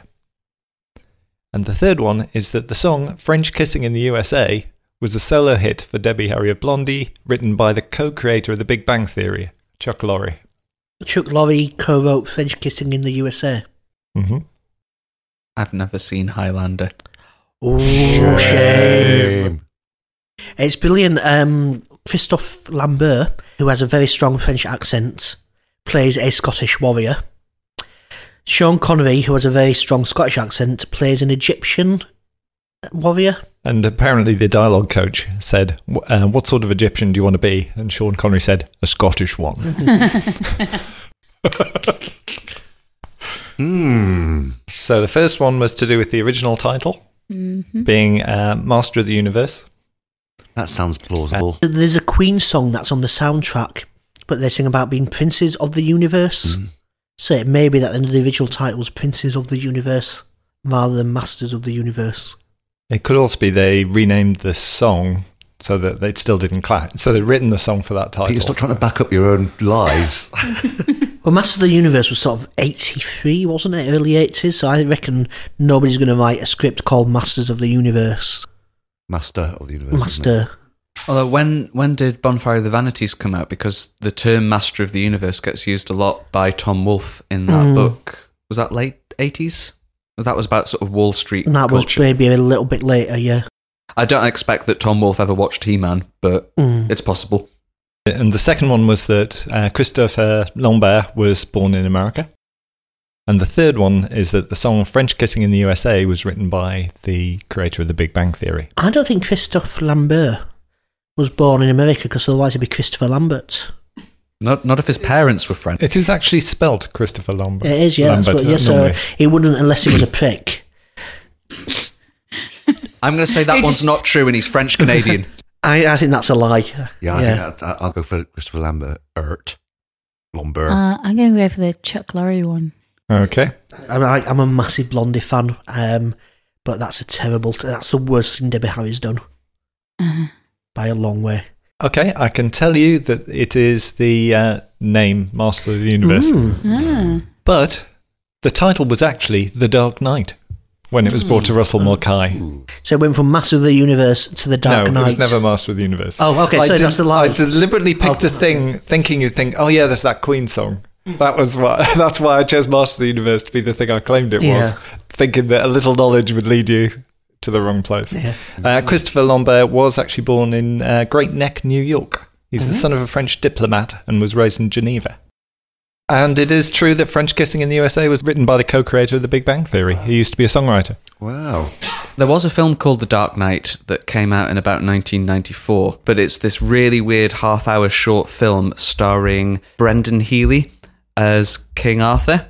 S8: And the third one is that the song French Kissing in the USA was a solo hit for Debbie Harry of Blondie, written by the co creator of The Big Bang Theory, Chuck Lorre.
S9: Chuck Lorre co-wrote French Kissing in the USA.
S8: Mm-hmm.
S7: I've never seen Highlander.
S9: Ooh,
S5: Oh,
S9: shame. It's brilliant. Um, Christophe Lambert, who has a very strong French accent, plays a Scottish warrior. Sean Connery, who has a very strong Scottish accent, plays an Egyptian warrior.
S8: And apparently, the dialogue coach said, "Wh- uh, What sort of Egyptian do you want to be? And Sean Connery said, A Scottish one.
S6: Hmm.
S8: so the first one was to do with the original title
S5: Mhm.
S8: being uh, Master of the Universe.
S6: That sounds plausible.
S9: There's a Queen song that's on the soundtrack, but they sing about being princes of the universe. So it may be that the individual title was Princes of the Universe rather than Masters of the Universe.
S8: It could also be they renamed the song so that they still didn't clash. So they'd written the song for that title.
S6: Peter, stop trying to back up your own lies.
S9: Well, Masters of the Universe was sort of 83, wasn't it? Early 80s. So I reckon nobody's going to write a script called Masters of the Universe.
S6: Master of the universe. isn't it?
S9: Master.
S7: Although when when did Bonfire of the Vanities come out? Because the term Master of the Universe gets used a lot by Tom Wolfe in that
S9: Mm.
S7: book. Was that late eighties? That was about sort of Wall Street
S9: And that was
S7: culture.
S9: maybe a little bit later, yeah.
S7: I don't expect that Tom Wolfe ever watched He Man, but
S9: Mm.
S7: it's possible.
S8: And the second one was that uh, Christopher Lambert was born in America. And the third one is that the song French Kissing in the USA was written by the creator of The Big Bang Theory.
S9: I don't think Christophe Lambert was born in America because otherwise it'd be Christopher Lambert.
S7: Not not if his parents were French.
S8: It is actually spelled Christopher Lambert.
S9: It is, yeah. that's
S8: Lambert,
S9: what- yeah,
S8: uh,
S9: so
S8: normally.
S9: he wouldn't unless he was a prick.
S7: I'm going to say
S5: Who
S7: that one's
S5: just-
S7: not true, and he's French Canadian.
S9: I, I think that's a lie.
S6: Yeah, I think that, I'll go for Christopher Lambert. Ert. Lombert.
S5: Uh, I'm going to go for the Chuck Lorre one.
S8: Okay.
S9: I'm, I, I'm a massive Blondie fan, um, but that's a terrible. T- that's the worst thing Debbie Harry's done by a long way.
S8: Okay, I can tell you that it is the uh, name Master of the Universe.
S9: Mm.
S5: Ah.
S8: But the title was actually The Dark Knight when it was brought to Russell Mulcahy.
S9: So it went from Master of the Universe to the Dark
S8: no,
S9: Knight.
S8: it was never Master of the Universe.
S9: Oh, okay, so
S8: del-
S9: that's a lie.
S8: I deliberately picked
S9: Oh.
S8: a thing, thinking you'd think, oh yeah, there's that Queen song. That was why. That's why I chose Master of the Universe to be the thing I claimed it
S9: Yeah.
S8: was, thinking that a little knowledge would lead you to the wrong place.
S9: Yeah.
S8: Uh, Christopher Lambert was actually born in uh, Great Neck, New York. He's
S9: Mm-hmm.
S8: the son of a French diplomat and was raised in Geneva. And it is true that French Kissing in the USA was written by the co-creator of The Big Bang Theory. He used to be a songwriter.
S6: Wow.
S7: There was a film called The Dark Knight that came out in about 1994, but it's this really weird half hour short film starring Brendan Healy as King Arthur.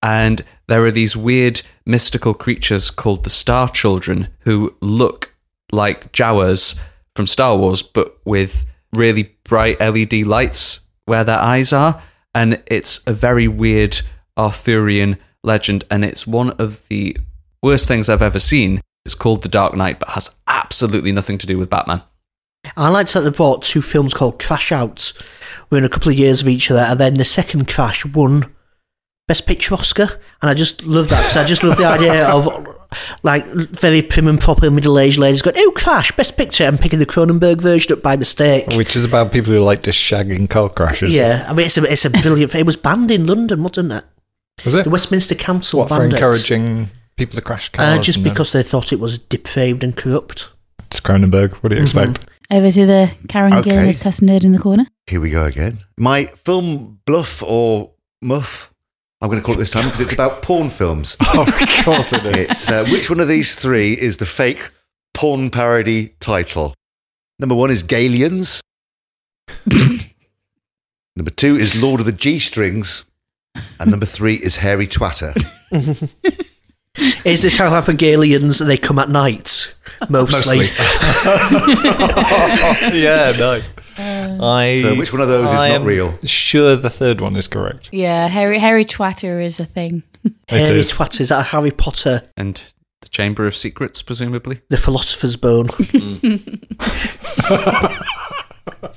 S7: And there are these weird mystical creatures called the Star Children who look like Jawas from Star Wars, but with really bright LED lights where their eyes are. And it's a very weird Arthurian legend. And it's one of the worst things I've ever seen. It's called The Dark Knight, but has absolutely nothing to do with Batman.
S9: I liked that they brought two films called Crash Out within a couple of years of each other, and then the second Crash won Best Picture Oscar, and I just love that because I just love the idea of like very prim and proper middle aged ladies going, "Oh, Crash, Best Picture," and picking the Cronenberg version up by mistake.
S8: Which is about people who like to shag in car crashes.
S9: yeah, I mean it's a it's a brilliant. It was banned in London, wasn't it?
S8: Was it?
S9: The Westminster Council
S8: What, for
S9: banned it.
S8: encouraging people to crash cars?
S9: Uh, just
S8: and then-
S9: because they thought it was depraved and corrupt.
S8: It's Cronenberg. What do you expect?
S5: Over to the Karen
S6: Okay.
S5: Gillan obsessed nerd in the corner.
S6: Here we go again. My film bluff or muff, I'm going to call it this time because it's about porn films.
S9: Mm-hmm.
S8: of course it is.
S6: It's uh, which one of these three is the fake porn parody title? Number one is Galians. number two is Lord of the G Strings. And number three is Hairy Twatter.
S9: Is the title for Galians that they come at night mostly?
S6: Mostly.
S8: yeah, nice.
S5: Um,
S9: Uh,
S8: I,
S6: So which one of those is
S8: I
S6: not
S8: am
S6: real?
S8: Sure, the third one is correct.
S5: Yeah, Harry Harry Twatter is a thing.
S8: It
S9: Harry
S8: is.
S9: Twat is that a Harry Potter,
S7: and the Chamber of Secrets, presumably.
S9: the Philosopher's Bone,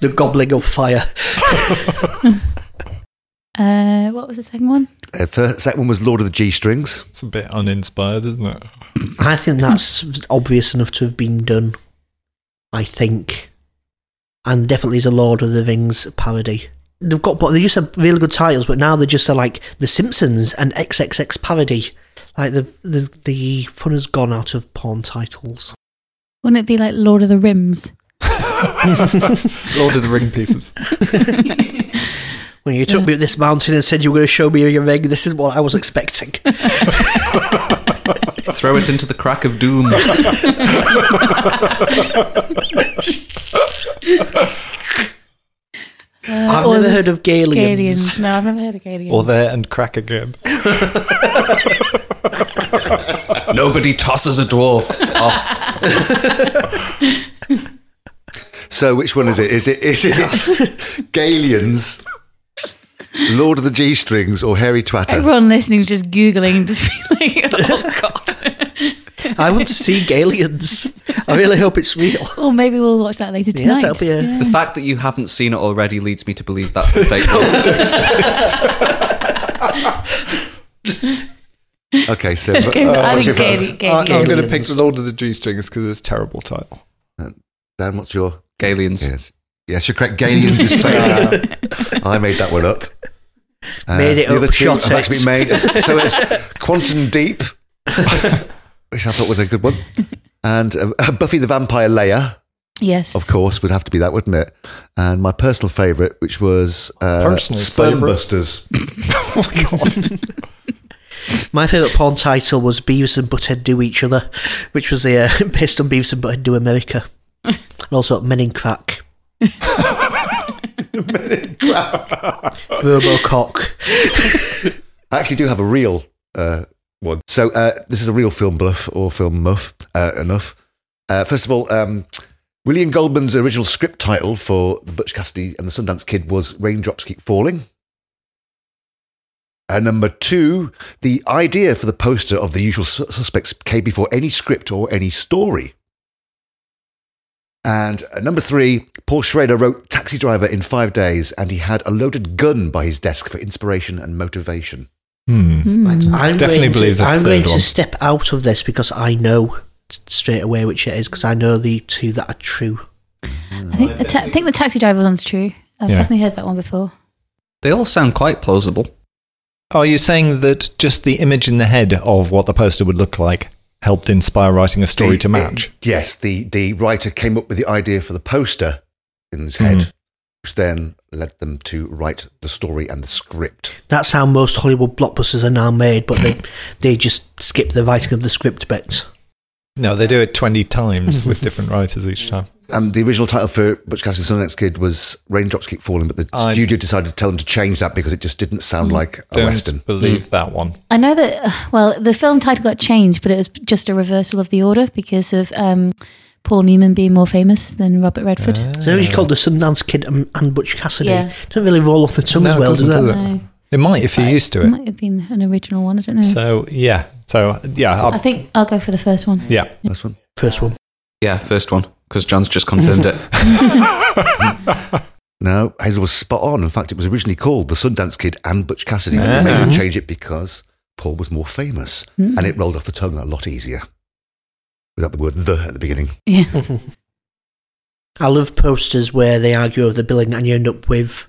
S9: the Gobbling of Fire.
S5: Uh, what was the second one?
S6: Uh, first, second one was Lord of the G Strings.
S8: It's a bit uninspired, isn't it?
S9: I think that's obvious enough to have been done. I think, and definitely is a Lord of the Rings parody. They've got, but they used to have really good titles, but now they're just uh, like The Simpsons and XXX parody. Like the the the fun has gone out of porn titles.
S5: Wouldn't it be like Lord of the Rims?
S8: Lord of the Ring pieces.
S9: When you took me up this mountain and said you were going to show me your ring, this is what I was expecting.
S7: Throw it into the crack of doom.
S9: I've
S5: or
S9: never
S5: the
S9: heard of Galians.
S5: Galians. No, I've never heard of Galians.
S8: or there and crack again.
S7: Nobody tosses a dwarf off.
S6: So which one is it? Is it is it Galians, Lord of the G Strings, or Hairy Twatter?
S5: Everyone listening was just googling, just being like, "Oh God!"
S9: I want to see Galians. I really hope it's real.
S5: or maybe we'll watch that later
S9: Yeah,
S5: tonight.
S9: that'll be a-
S7: The fact that you haven't seen it already leads me to believe that's the fake one.
S6: Okay, so
S5: Okay,
S8: Oh,
S5: I
S6: what's your
S5: think Gal-
S6: vote?
S5: Galians.
S8: I, am going to pick Lord of the G Strings because it's a terrible title.
S6: Dan, what's your
S7: Galians.
S6: Yes. Yes, you're correct. Galians is fake. I made that one up. Uh,
S9: Made it
S6: the
S9: up,
S6: other two
S9: shot
S6: have
S9: it.
S6: actually been made. So it's Quantum Deep, which I thought was a good one, and uh, Buffy the Vampire Layer,
S5: Yes,
S6: of course, would have to be that, wouldn't it? And my personal favourite, which was uh,
S8: Personal
S6: Sperm
S8: favourite?
S6: Busters.
S8: oh my god!
S9: My favourite porn title was Beavis and Butthead Do Each Other, which was the, uh, based on Beavis and Butthead Do America. And also Men in Crack. Men in Crack. Robocock.
S6: I actually do have a real uh, one. So uh, this is a real film bluff or film muff uh, enough. Uh, first of all, um, William Goldman's original script title for the Butch Cassidy and the Sundance Kid was "Raindrops Keep Falling." And number two, the idea for the poster of The Usual Sus- Suspects came before any script or any story. And uh, number three, Paul Schrader wrote Taxi Driver in five days, and he had a loaded gun by his desk for inspiration and motivation.
S8: Hmm.
S9: I'm
S8: Definitely
S9: going
S8: believe
S9: to,
S8: the
S9: I'm going
S8: third
S9: to
S8: one.
S9: step out of this because I know t- straight away which it is because I know the two that are true.
S5: I think the ta- I think the taxi driver one's true. I've
S8: Yeah.
S5: definitely heard that one before.
S7: They all sound quite plausible.
S8: Are you saying that just the image in the head of what the poster would look like helped inspire writing a story
S6: The-
S8: to match?
S6: it- yes, the, the writer came up with the idea for the poster in his head,
S8: Mm-hmm.
S6: which then led them to write the story and the script.
S9: That's how most Hollywood blockbusters are now made, but they they just skip the writing of the script bit.
S8: No, they do it 20 times with different writers each time.
S6: And the original title for Butch Cassidy and the Sundance Kid was Raindrops Keep Falling, but the
S8: I- Mm,
S6: studio decided to tell them to change that because it just didn't sound like a
S8: Don't
S6: Western.
S8: believe that one.
S5: I know that. Well, the film title got changed, but it was just a reversal of the order because of um, Paul Newman being more famous than Robert Redford.
S8: Uh,
S9: So
S8: Mm.
S9: you called the Sundance Kid and, and Butch Cassidy.
S5: Yeah.
S9: Don't really roll off the tongue
S8: No,
S9: as
S8: it
S9: well,
S8: doesn't,
S9: do
S8: does
S9: they?
S8: it?
S5: No.
S8: It might if you're used to
S5: It
S8: it.
S5: might have been an original one. I don't know.
S8: So, yeah. So, yeah.
S5: I think I'll go for the first one.
S8: yeah.
S6: That's one.
S9: First one.
S7: Yeah, first one, because John's just confirmed it.
S6: No, Hazel was spot on. In fact, it was originally called The Sundance Kid and Butch Cassidy. but They made
S8: Uh-huh.
S6: him change it because Paul was more famous
S5: Mm.
S6: and it rolled off the tongue a lot easier without the word the at the beginning.
S5: Yeah.
S9: I love posters where they argue over the billing and you end up with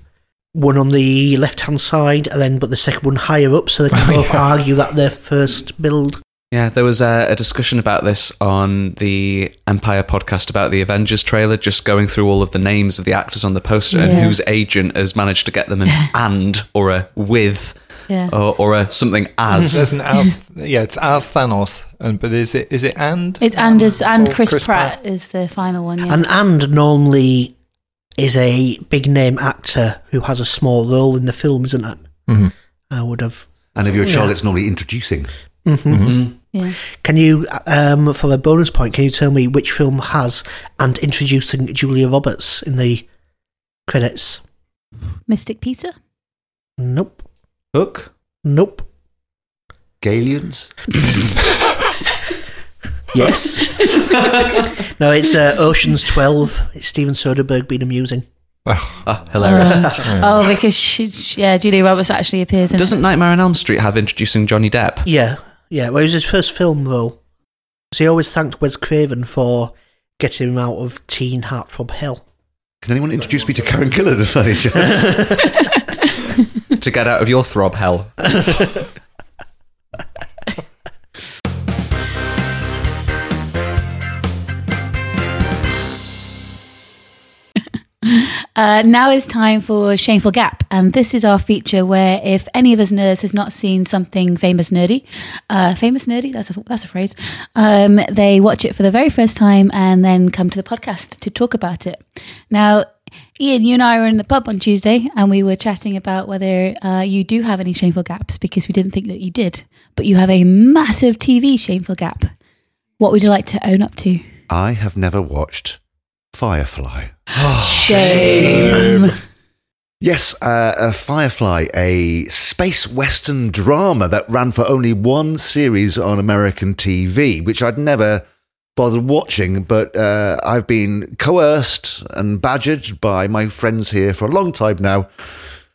S9: one on the left hand side and then but the second one higher up so they
S8: Oh,
S9: can both argue that their first build.
S7: Yeah, there was a, a discussion about this on the Empire podcast about the Avengers trailer, just going through all of the names of the actors on the poster and
S5: Yeah.
S7: whose agent has managed to get them an and or a with
S5: Yeah.
S7: or, or a something as.
S8: There's an as, yeah, it's as Thanos, and but is it is it and?
S5: It's and it's, and
S8: Or
S5: Chris, Pratt, is the final one. Yeah.
S9: And and normally is a big name actor who has a small role in the film, isn't it?
S8: Mhm.
S9: I would have. mm-hmm.
S6: And
S8: Oh,
S6: if you're a child,
S9: Yeah.
S6: it's normally introducing.
S7: Mm-hmm.
S5: yeah.
S9: Can you, um, for a bonus point, can you tell me which film has and introducing Julia Roberts in the credits?
S5: Mystic Peter.
S9: Nope.
S7: Hook?
S9: Nope.
S6: Galians?
S9: Yes. no, it's uh, Ocean's Twelve. It's Steven Soderbergh been amusing.
S7: Ah, hilarious.
S8: Uh,
S5: Oh, because she, she- yeah, Julia Roberts actually appears in.
S7: Doesn't Nightmare on Elm Street have introducing Johnny Depp?
S9: Yeah, yeah. Well, it was his first film role, so he always thanked Wes Craven for getting him out of Teen Heart from Hell.
S6: Can anyone introduce me to Karen Gillan if that is chance?
S7: to get out of your throb hell.
S5: Uh, now is time for Shameful Gap, and this is our feature where if any of us nerds has not seen something famous nerdy, uh, famous nerdy, that's a, that's a phrase, um, they watch it for the very first time and then come to the podcast to talk about it. Now, Ian, you and I were in the pub on Tuesday, and we were chatting about whether uh, you do have any shameful gaps because we didn't think that you did, but you have a massive TV shameful gap. What would you like to own up to?
S6: I have never watched Firefly.
S5: Oh. Shame.
S6: Yes, uh, uh, Firefly, a space western drama that ran for only one series on American TV, which I'd never bothered watching, but uh, I've been coerced and badgered by my friends here for a long time now,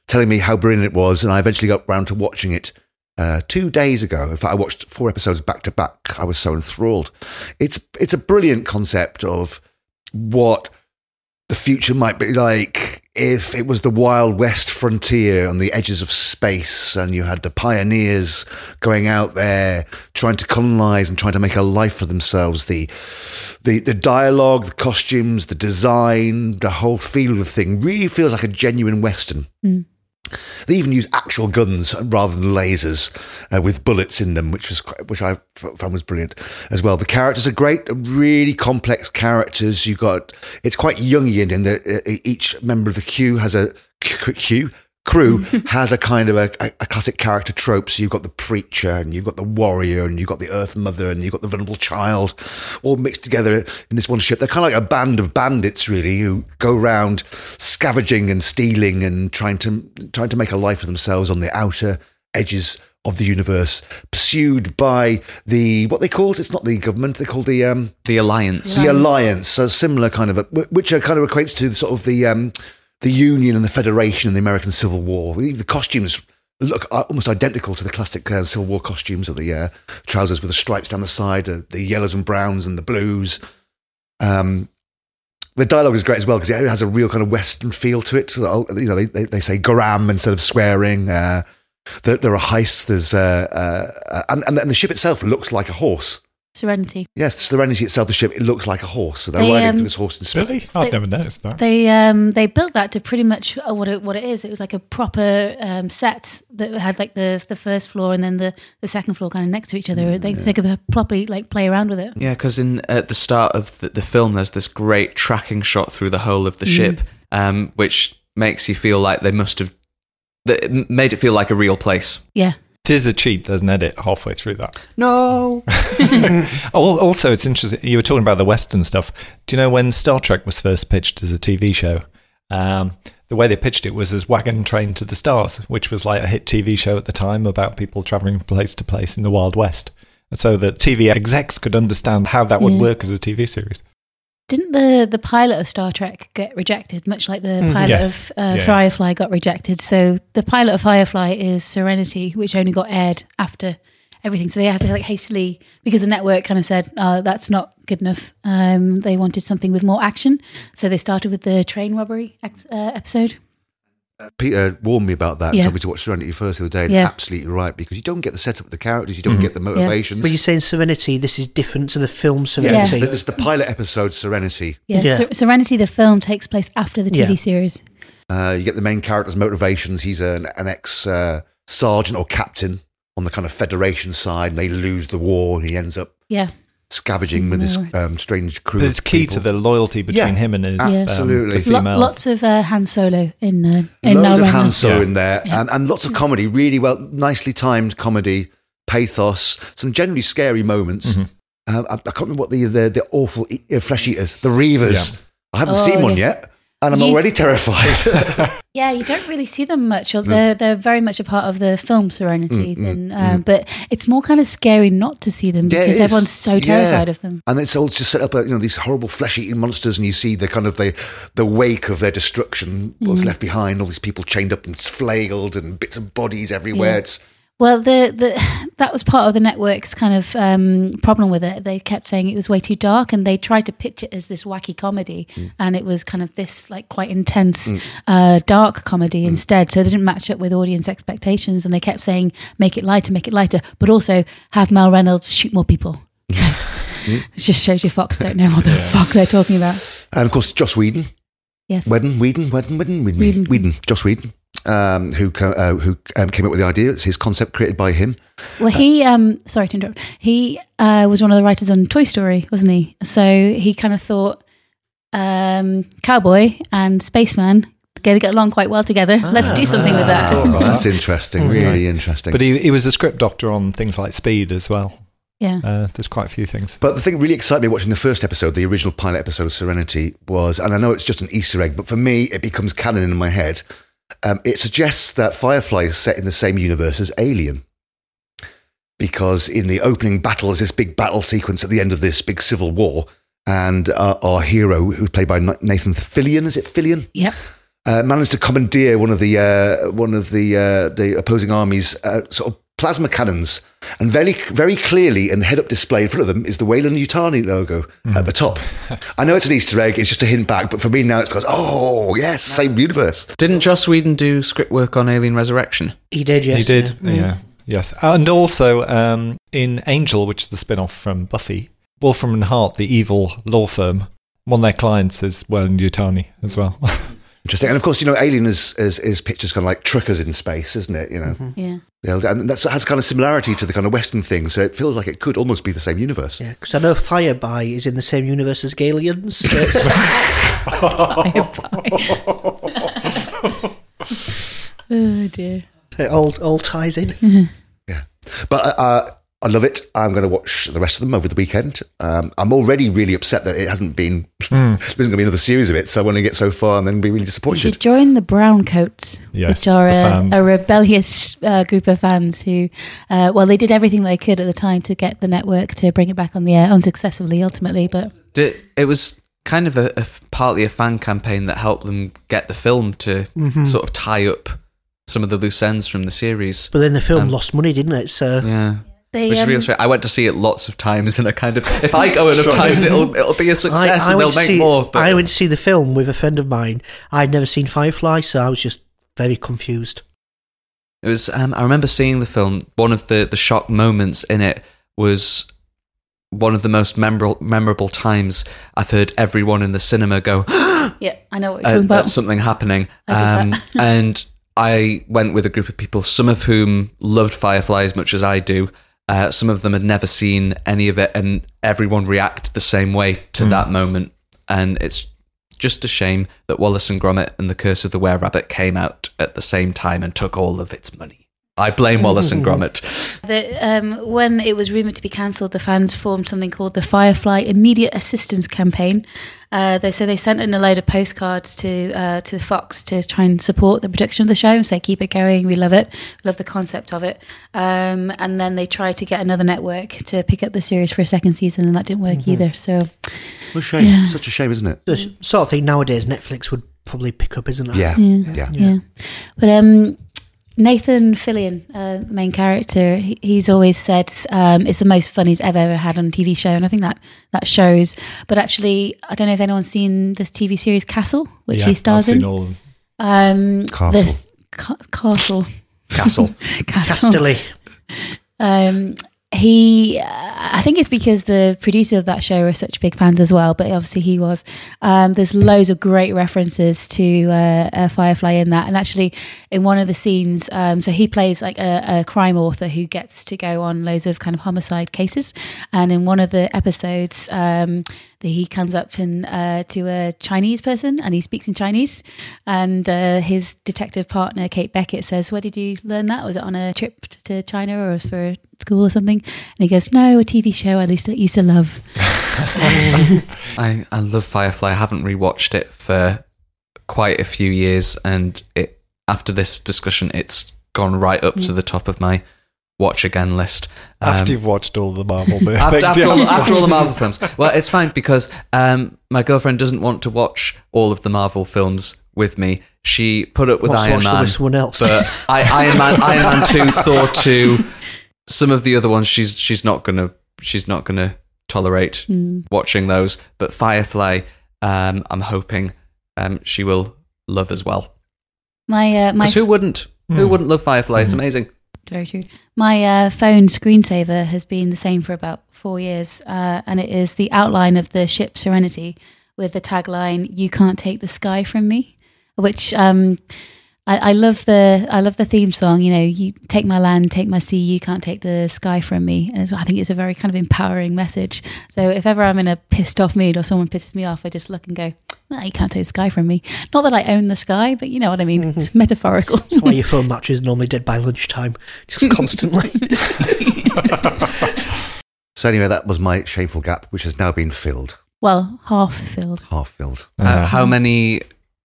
S6: telling me how brilliant it was, and I eventually got round to watching it. Uh, two days ago, in fact, I watched four episodes back to back. I was so enthralled. It's it's a brilliant concept of what the future might be like if it was the wild west frontier on the edges of space and you had the pioneers going out there trying to colonize and trying to make a life for themselves the the the dialogue the costumes the design the whole feel of the thing really feels like a genuine western they even use actual guns rather than lasers uh, with bullets in them, which was quite, which I f- found was brilliant as well. The characters are great, really complex characters. You have got it's quite Jungian in that uh, each member of the queue has a c- c- queue crew has a kind of a, a, a classic character trope. So you've got the preacher, and you've got the warrior, and you've got the Earth Mother, and you've got the vulnerable child, all mixed together in this one ship. They're kind of like a band of bandits, really, who go around scavenging and stealing and trying to trying to make a life for themselves on the outer edges of the universe, pursued by the what they called it's not the government, they call the um,
S7: The Alliance.
S6: the alliance, so similar kind of, a, wh- which uh, kind of equates to sort of the um, the Union and the Federation and the American Civil War. The, the costumes look uh, almost identical to the classic uh, Civil War costumes of the uh, trousers with the stripes down the side, uh, the yellows and browns and the blues. Um, the dialogue is great as well because it has a real kind of Western feel to it. So, uh, you know, they, they, they say "garam" instead of swearing. Uh, there, there are heists. There's uh, uh, uh, and, and the ship itself looks like a horse.
S5: Serenity.
S6: Yes, Serenity itself, the ship, it looks like a horse. So they're
S5: They,
S6: riding
S5: um,
S6: through this horse in space.
S8: Really? I've never noticed that.
S5: They um they built that to pretty much uh, what it what it is. It was like a proper um, set that had like the the first floor and then the, the second floor kind of next to each other. they they could uh, properly like play around with it.
S7: Yeah, because in at the start of the, the film, there's this great tracking shot through the whole
S9: Mm.
S7: of the ship, um, which makes you feel like they must have that it m- made it feel like a real place.
S5: Yeah,
S8: It is a cheat. There's an edit halfway through that.
S7: No,
S8: Oh, Al- Also, it's interesting. You were talking about the Western stuff. Do you know when Star Trek was first pitched as a TV show? Um, the way they pitched it was as Wagon Train to the Stars, which was like a hit TV show at the time about people traveling from place to place in the Wild West. So that TV execs could understand how that would
S5: Yeah.
S8: work as a TV series.
S5: Didn't the, the pilot of Star Trek get rejected, much like the pilot
S8: yes.
S5: of uh,
S8: Yeah.
S5: Firefly got rejected? So the pilot of Firefly is Serenity, which only got aired after everything. So they had to like hastily because the network kind of said, "Oh, that's not good enough." Um, they wanted something with more action, so they started with the train robbery ex- uh, episode.
S6: Peter warned me about that.
S5: Yeah.
S6: and Told me to watch Serenity first the other day. And
S5: Yeah.
S6: absolutely right because you don't get the setup of the characters, you don't
S8: Mm-hmm.
S6: get the motivations.
S9: But you're saying Serenity, this is different to the film
S6: Yeah, It's,
S9: Serenity.
S6: the, it's the pilot episode, Serenity.
S5: Yeah,
S9: Yeah.
S5: Ser- Serenity, the film, takes place after the TV
S9: Yeah.
S5: series.
S6: Uh, you get the main character's motivations. He's an, an ex uh, sergeant or captain on the kind of Federation side, and they lose the war, and he ends up
S5: Yeah,
S6: scavenging with this
S5: Right.
S6: um, strange crew.
S8: But
S6: of
S8: it's key
S6: people.
S8: to the loyalty between him and his
S6: absolutely.
S8: um, the
S5: Lo-
S8: female.
S5: lots of uh, Han Solo in uh, in
S6: loads
S5: uh,
S6: of
S5: Roma.
S6: Han Solo
S8: Yeah.
S6: in there, and, and lots of comedy, really well, nicely timed comedy, pathos, some generally scary moments.
S8: Mm-hmm.
S6: Uh, I, I can't remember what the the, the awful e- uh, flesh eaters, the Reavers.
S8: Yeah.
S6: I haven't
S5: Oh,
S6: seen one
S5: yeah.
S6: yet, and I'm
S5: You-
S6: already terrified.
S5: Yeah, you don't really see them much. Or they're they're very much a part of the film Serenity,
S6: Mm,
S5: than, uh, but it's more kind of scary not to see them
S6: Yeah, it
S5: because
S6: is.
S5: everyone's so
S6: Yeah.
S5: terrified of them.
S6: and it's all just set up, uh, you know, these horrible flesh-eating monsters, and you see the kind of the the wake of their destruction, what's
S5: Mm-hmm.
S6: left behind, all these people chained up and flailed, and bits of bodies everywhere.
S5: Yeah.
S6: It's
S5: Well, the, the that was part of the network's kind of um, problem with it. They kept saying it was way too dark, and they tried to pitch it as this wacky comedy,
S6: Mm.
S5: and it was kind of this like quite intense uh, dark comedy
S6: Mm.
S5: instead. So they didn't match up with audience expectations, and they kept saying make it lighter, make it lighter, but also have Mal Reynolds shoot more people. So it just shows you Fox don't know what the fuck they're talking about.
S6: and of course Joss Whedon.
S5: Yes,
S6: Whedon, Whedon, Whedon, Whedon, Whedon, Whedon,
S5: Whedon.
S6: Joss Whedon, um, who co- uh, who um, came up with the idea. It's his concept created by him.
S5: Well, he um, sorry to interrupt. He uh, was one of the writers on Toy Story, wasn't he? So he kind of thought um, cowboy and spaceman they get along quite well together. Let's do something with that.
S6: Oh, That's interesting, really interesting.
S8: but he, he was a script doctor on things like Speed as well.
S5: Yeah,
S8: Uh, there's quite a few things.
S6: But the thing that really excited me watching the first episode, the original pilot episode of Serenity, was, and I know it's just an Easter egg, but for me, it becomes canon in my head. Um, it suggests that Firefly is set in the same universe as Alien. Because in the opening battle is this big battle sequence at the end of this big civil war, and uh, our hero, who's played by Na- Nathan Fillion, is it Fillion?
S5: yep.
S6: uh, managed to commandeer one of the uh, one of the uh, the opposing army's uh, sort of plasma cannons, and very very clearly in the head up display in front of them is the Wayland Utani logo at the top. I know it's an Easter egg; it's just a hint back, but for me now it's because oh yes, same universe.
S7: Didn't Joss Whedon do script work on Alien Resurrection?
S9: he did, yes.
S8: he did,
S9: yeah. Mm.
S8: yeah. yes. And also um, in Angel, which is the spin off from Buffy, Wolfram and Hart, the evil law firm, one of their clients is Wellen Yutani as well.
S6: Interesting, and of course you know Alien is is, is pictures kind of like truckers in space, isn't it? You know,
S5: Yeah.
S6: The old- and that's, that has kind of similarity to the kind of Western thing, so it feels like it could almost be the same universe.
S9: Yeah, because I know Fireby is in the same universe as Galians. So it's-
S5: Oh dear.
S9: it all, all ties in.
S6: But uh, I love it. I'm going to watch the rest of them over the weekend. Um, I'm already really upset that it hasn't been. There isn't going to be another series of it, so I want to get so far and then be really
S5: You should
S6: disappointed.
S5: join the Brown Coats,
S8: Yes,
S5: which are
S8: the
S5: a,
S8: fans.
S5: a rebellious uh, group of fans who, uh, well, they did everything they could at the time to get the network to bring it back on the air, unsuccessfully ultimately. But
S7: Di- It was kind of a, a f- partly a fan campaign that helped them get the film to
S9: Hmm.
S7: sort of tie up some of the loose ends from the series.
S9: But then the film
S7: Um,
S9: lost money, didn't it? So
S7: Yeah.
S5: they,
S7: Which is
S5: um,
S7: real straight. I went to see it lots of times, and I kind of if I go enough times, it'll it'll be a success, and
S9: went
S7: they'll
S9: to
S7: make
S9: see,
S7: more. But uh,
S9: I went to see the film with a friend of mine. I'd never seen Firefly, so I was just very confused.
S7: it was. Um, I remember seeing the film. One of the the shock moments in it was one of the most memorable memorable times I've heard everyone in the cinema go "Ah!"
S5: yeah, I know what you're
S7: at,
S5: talking
S7: at
S5: about.
S7: Uh, something happening.
S5: I did
S7: Um, and I went with a group of people, some of whom loved Firefly as much as I do. Uh, some of them had never seen any of it, and everyone reacted the same way to
S5: Hmm.
S7: that moment. And it's just a shame that Wallace and Gromit and The Curse of the Were Rabbit came out at the same time and took all of its money. I blame Wallace and Gromit.
S5: The, um, when it was rumoured to be cancelled, the fans formed something called the Firefly Immediate Assistance Campaign. Uh, they so they sent in a load of postcards to uh, to the Fox to try and support the production of the show and say keep it going, we love it, we love the concept of it. Um, and then they tried to get another network to pick up the series for a second season, and that didn't work either. So
S6: What a shame. Such a shame, isn't it?
S9: The s- sort of thing nowadays Netflix would probably pick up, isn't it?
S6: Yeah.
S5: Yeah.
S6: Yeah.
S5: yeah. But um, Nathan Fillion, uh, the main character, he, he's always said um, it's the most fun he's ever, ever had on a TV show, and I think that that shows. But actually, I don't know if anyone's seen this TV series Castle, which
S8: yeah,
S5: he stars
S8: I've
S5: in.
S8: seen all of them.
S5: um,
S6: Castle.
S5: This, ca- castle.
S7: Castle.
S5: Castle.
S9: Castelli.
S5: Um, he, uh, I think it's because the producer of that show are such big fans as well, but obviously he was. Um, there's loads of great references to uh, uh, Firefly in that, and actually in one of the scenes, um, so he plays like a, a crime author who gets to go on loads of kind of homicide cases, and in one of the episodes, um, that he comes up and uh, to a Chinese person and he speaks in Chinese, and uh, his detective partner Kate Beckett says, "Where did you learn that? Was it on a trip to China or for school or something?" And he goes, "No, a TV show I used to, used to love."
S7: I, I love Firefly. I haven't rewatched it for quite a few years, and it after this discussion, it's gone right up to the top of my watch again list. Um,
S8: After you've watched all the Marvel movies.
S7: after, after, all,
S8: yeah.
S7: after all the Marvel films. Well, it's fine because um, my girlfriend doesn't want to watch all of the Marvel films with me. She put up with
S9: Wants to
S7: Iron
S9: watch them
S7: Man,
S9: with someone else.
S7: but I, Iron Man, Iron Man two, Thor two, some of the other ones. She's she's not gonna she's not gonna tolerate
S5: Hmm.
S7: watching those. But Firefly, um, I'm hoping um, she will love as well.
S5: My uh, my
S7: Because who wouldn't? Who wouldn't love Firefly? It's amazing.
S5: Very true. My uh, phone screensaver has been the same for about four years, uh, and it is the outline of the ship Serenity with the tagline "You can't take the sky from me," which um, I, I love the I love the theme song. You know, you take my land, take my sea, you can't take the sky from me. And so I think it's a very kind of empowering message. So if ever I'm in a pissed off mood or someone pisses me off, I just look and go, "No, "You can't take the sky from me." Not that I own the sky, but you know what I mean. It's metaphorical.
S9: Mm-hmm. That's why your phone matches are normally dead by lunchtime, just constantly.
S6: So anyway, that was my shameful gap, which has now been filled,
S5: well, half filled.
S6: half filled.
S7: Uh,
S8: Uh-huh.
S7: how many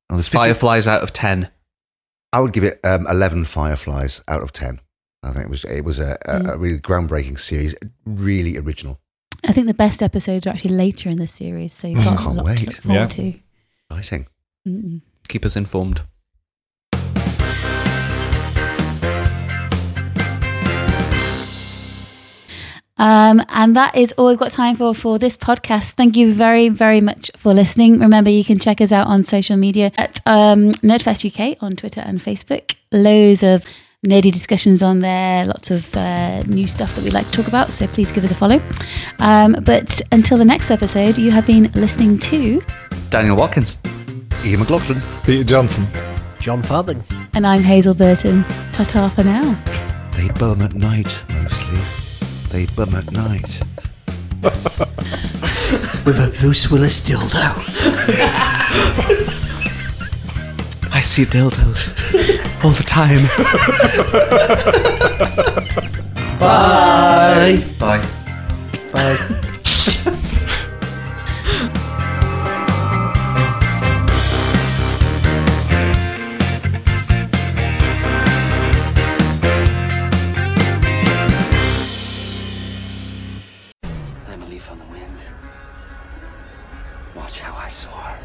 S6: And there's 50
S7: Fireflies out of ten?
S6: I would give it um, eleven fireflies out of ten. I think it was it was a, a, a really groundbreaking series, really original.
S5: I think the best episodes are actually later in the series, so you've got a
S6: Mm. Can't
S5: lot to
S6: wait.
S5: look forward
S8: Yeah.
S5: to.
S6: Exciting.
S5: Mm-mm.
S7: Keep us informed.
S5: Um, and that is all we've got time for for this podcast. Thank you very, very much for listening. Remember, you can check us out on social media at um, Nerdfest UK on Twitter and Facebook. Loads of nerdy discussions on there, lots of uh, new stuff that we like to talk about. So please give us a follow. Um, but until the next episode, you have been listening to,
S7: Daniel Watkins.
S6: Ian McLaughlin.
S8: Peter Johnson.
S9: John Farthing.
S5: and I'm Hazel Burton. Ta ta for now.
S6: They bum at night mostly. They bum at night.
S9: With a Bruce Willis dildo.
S7: I see dildos all the time.
S9: Bye.
S7: Bye.
S9: Bye.
S4: I'm a leaf on the wind. Watch how I soar.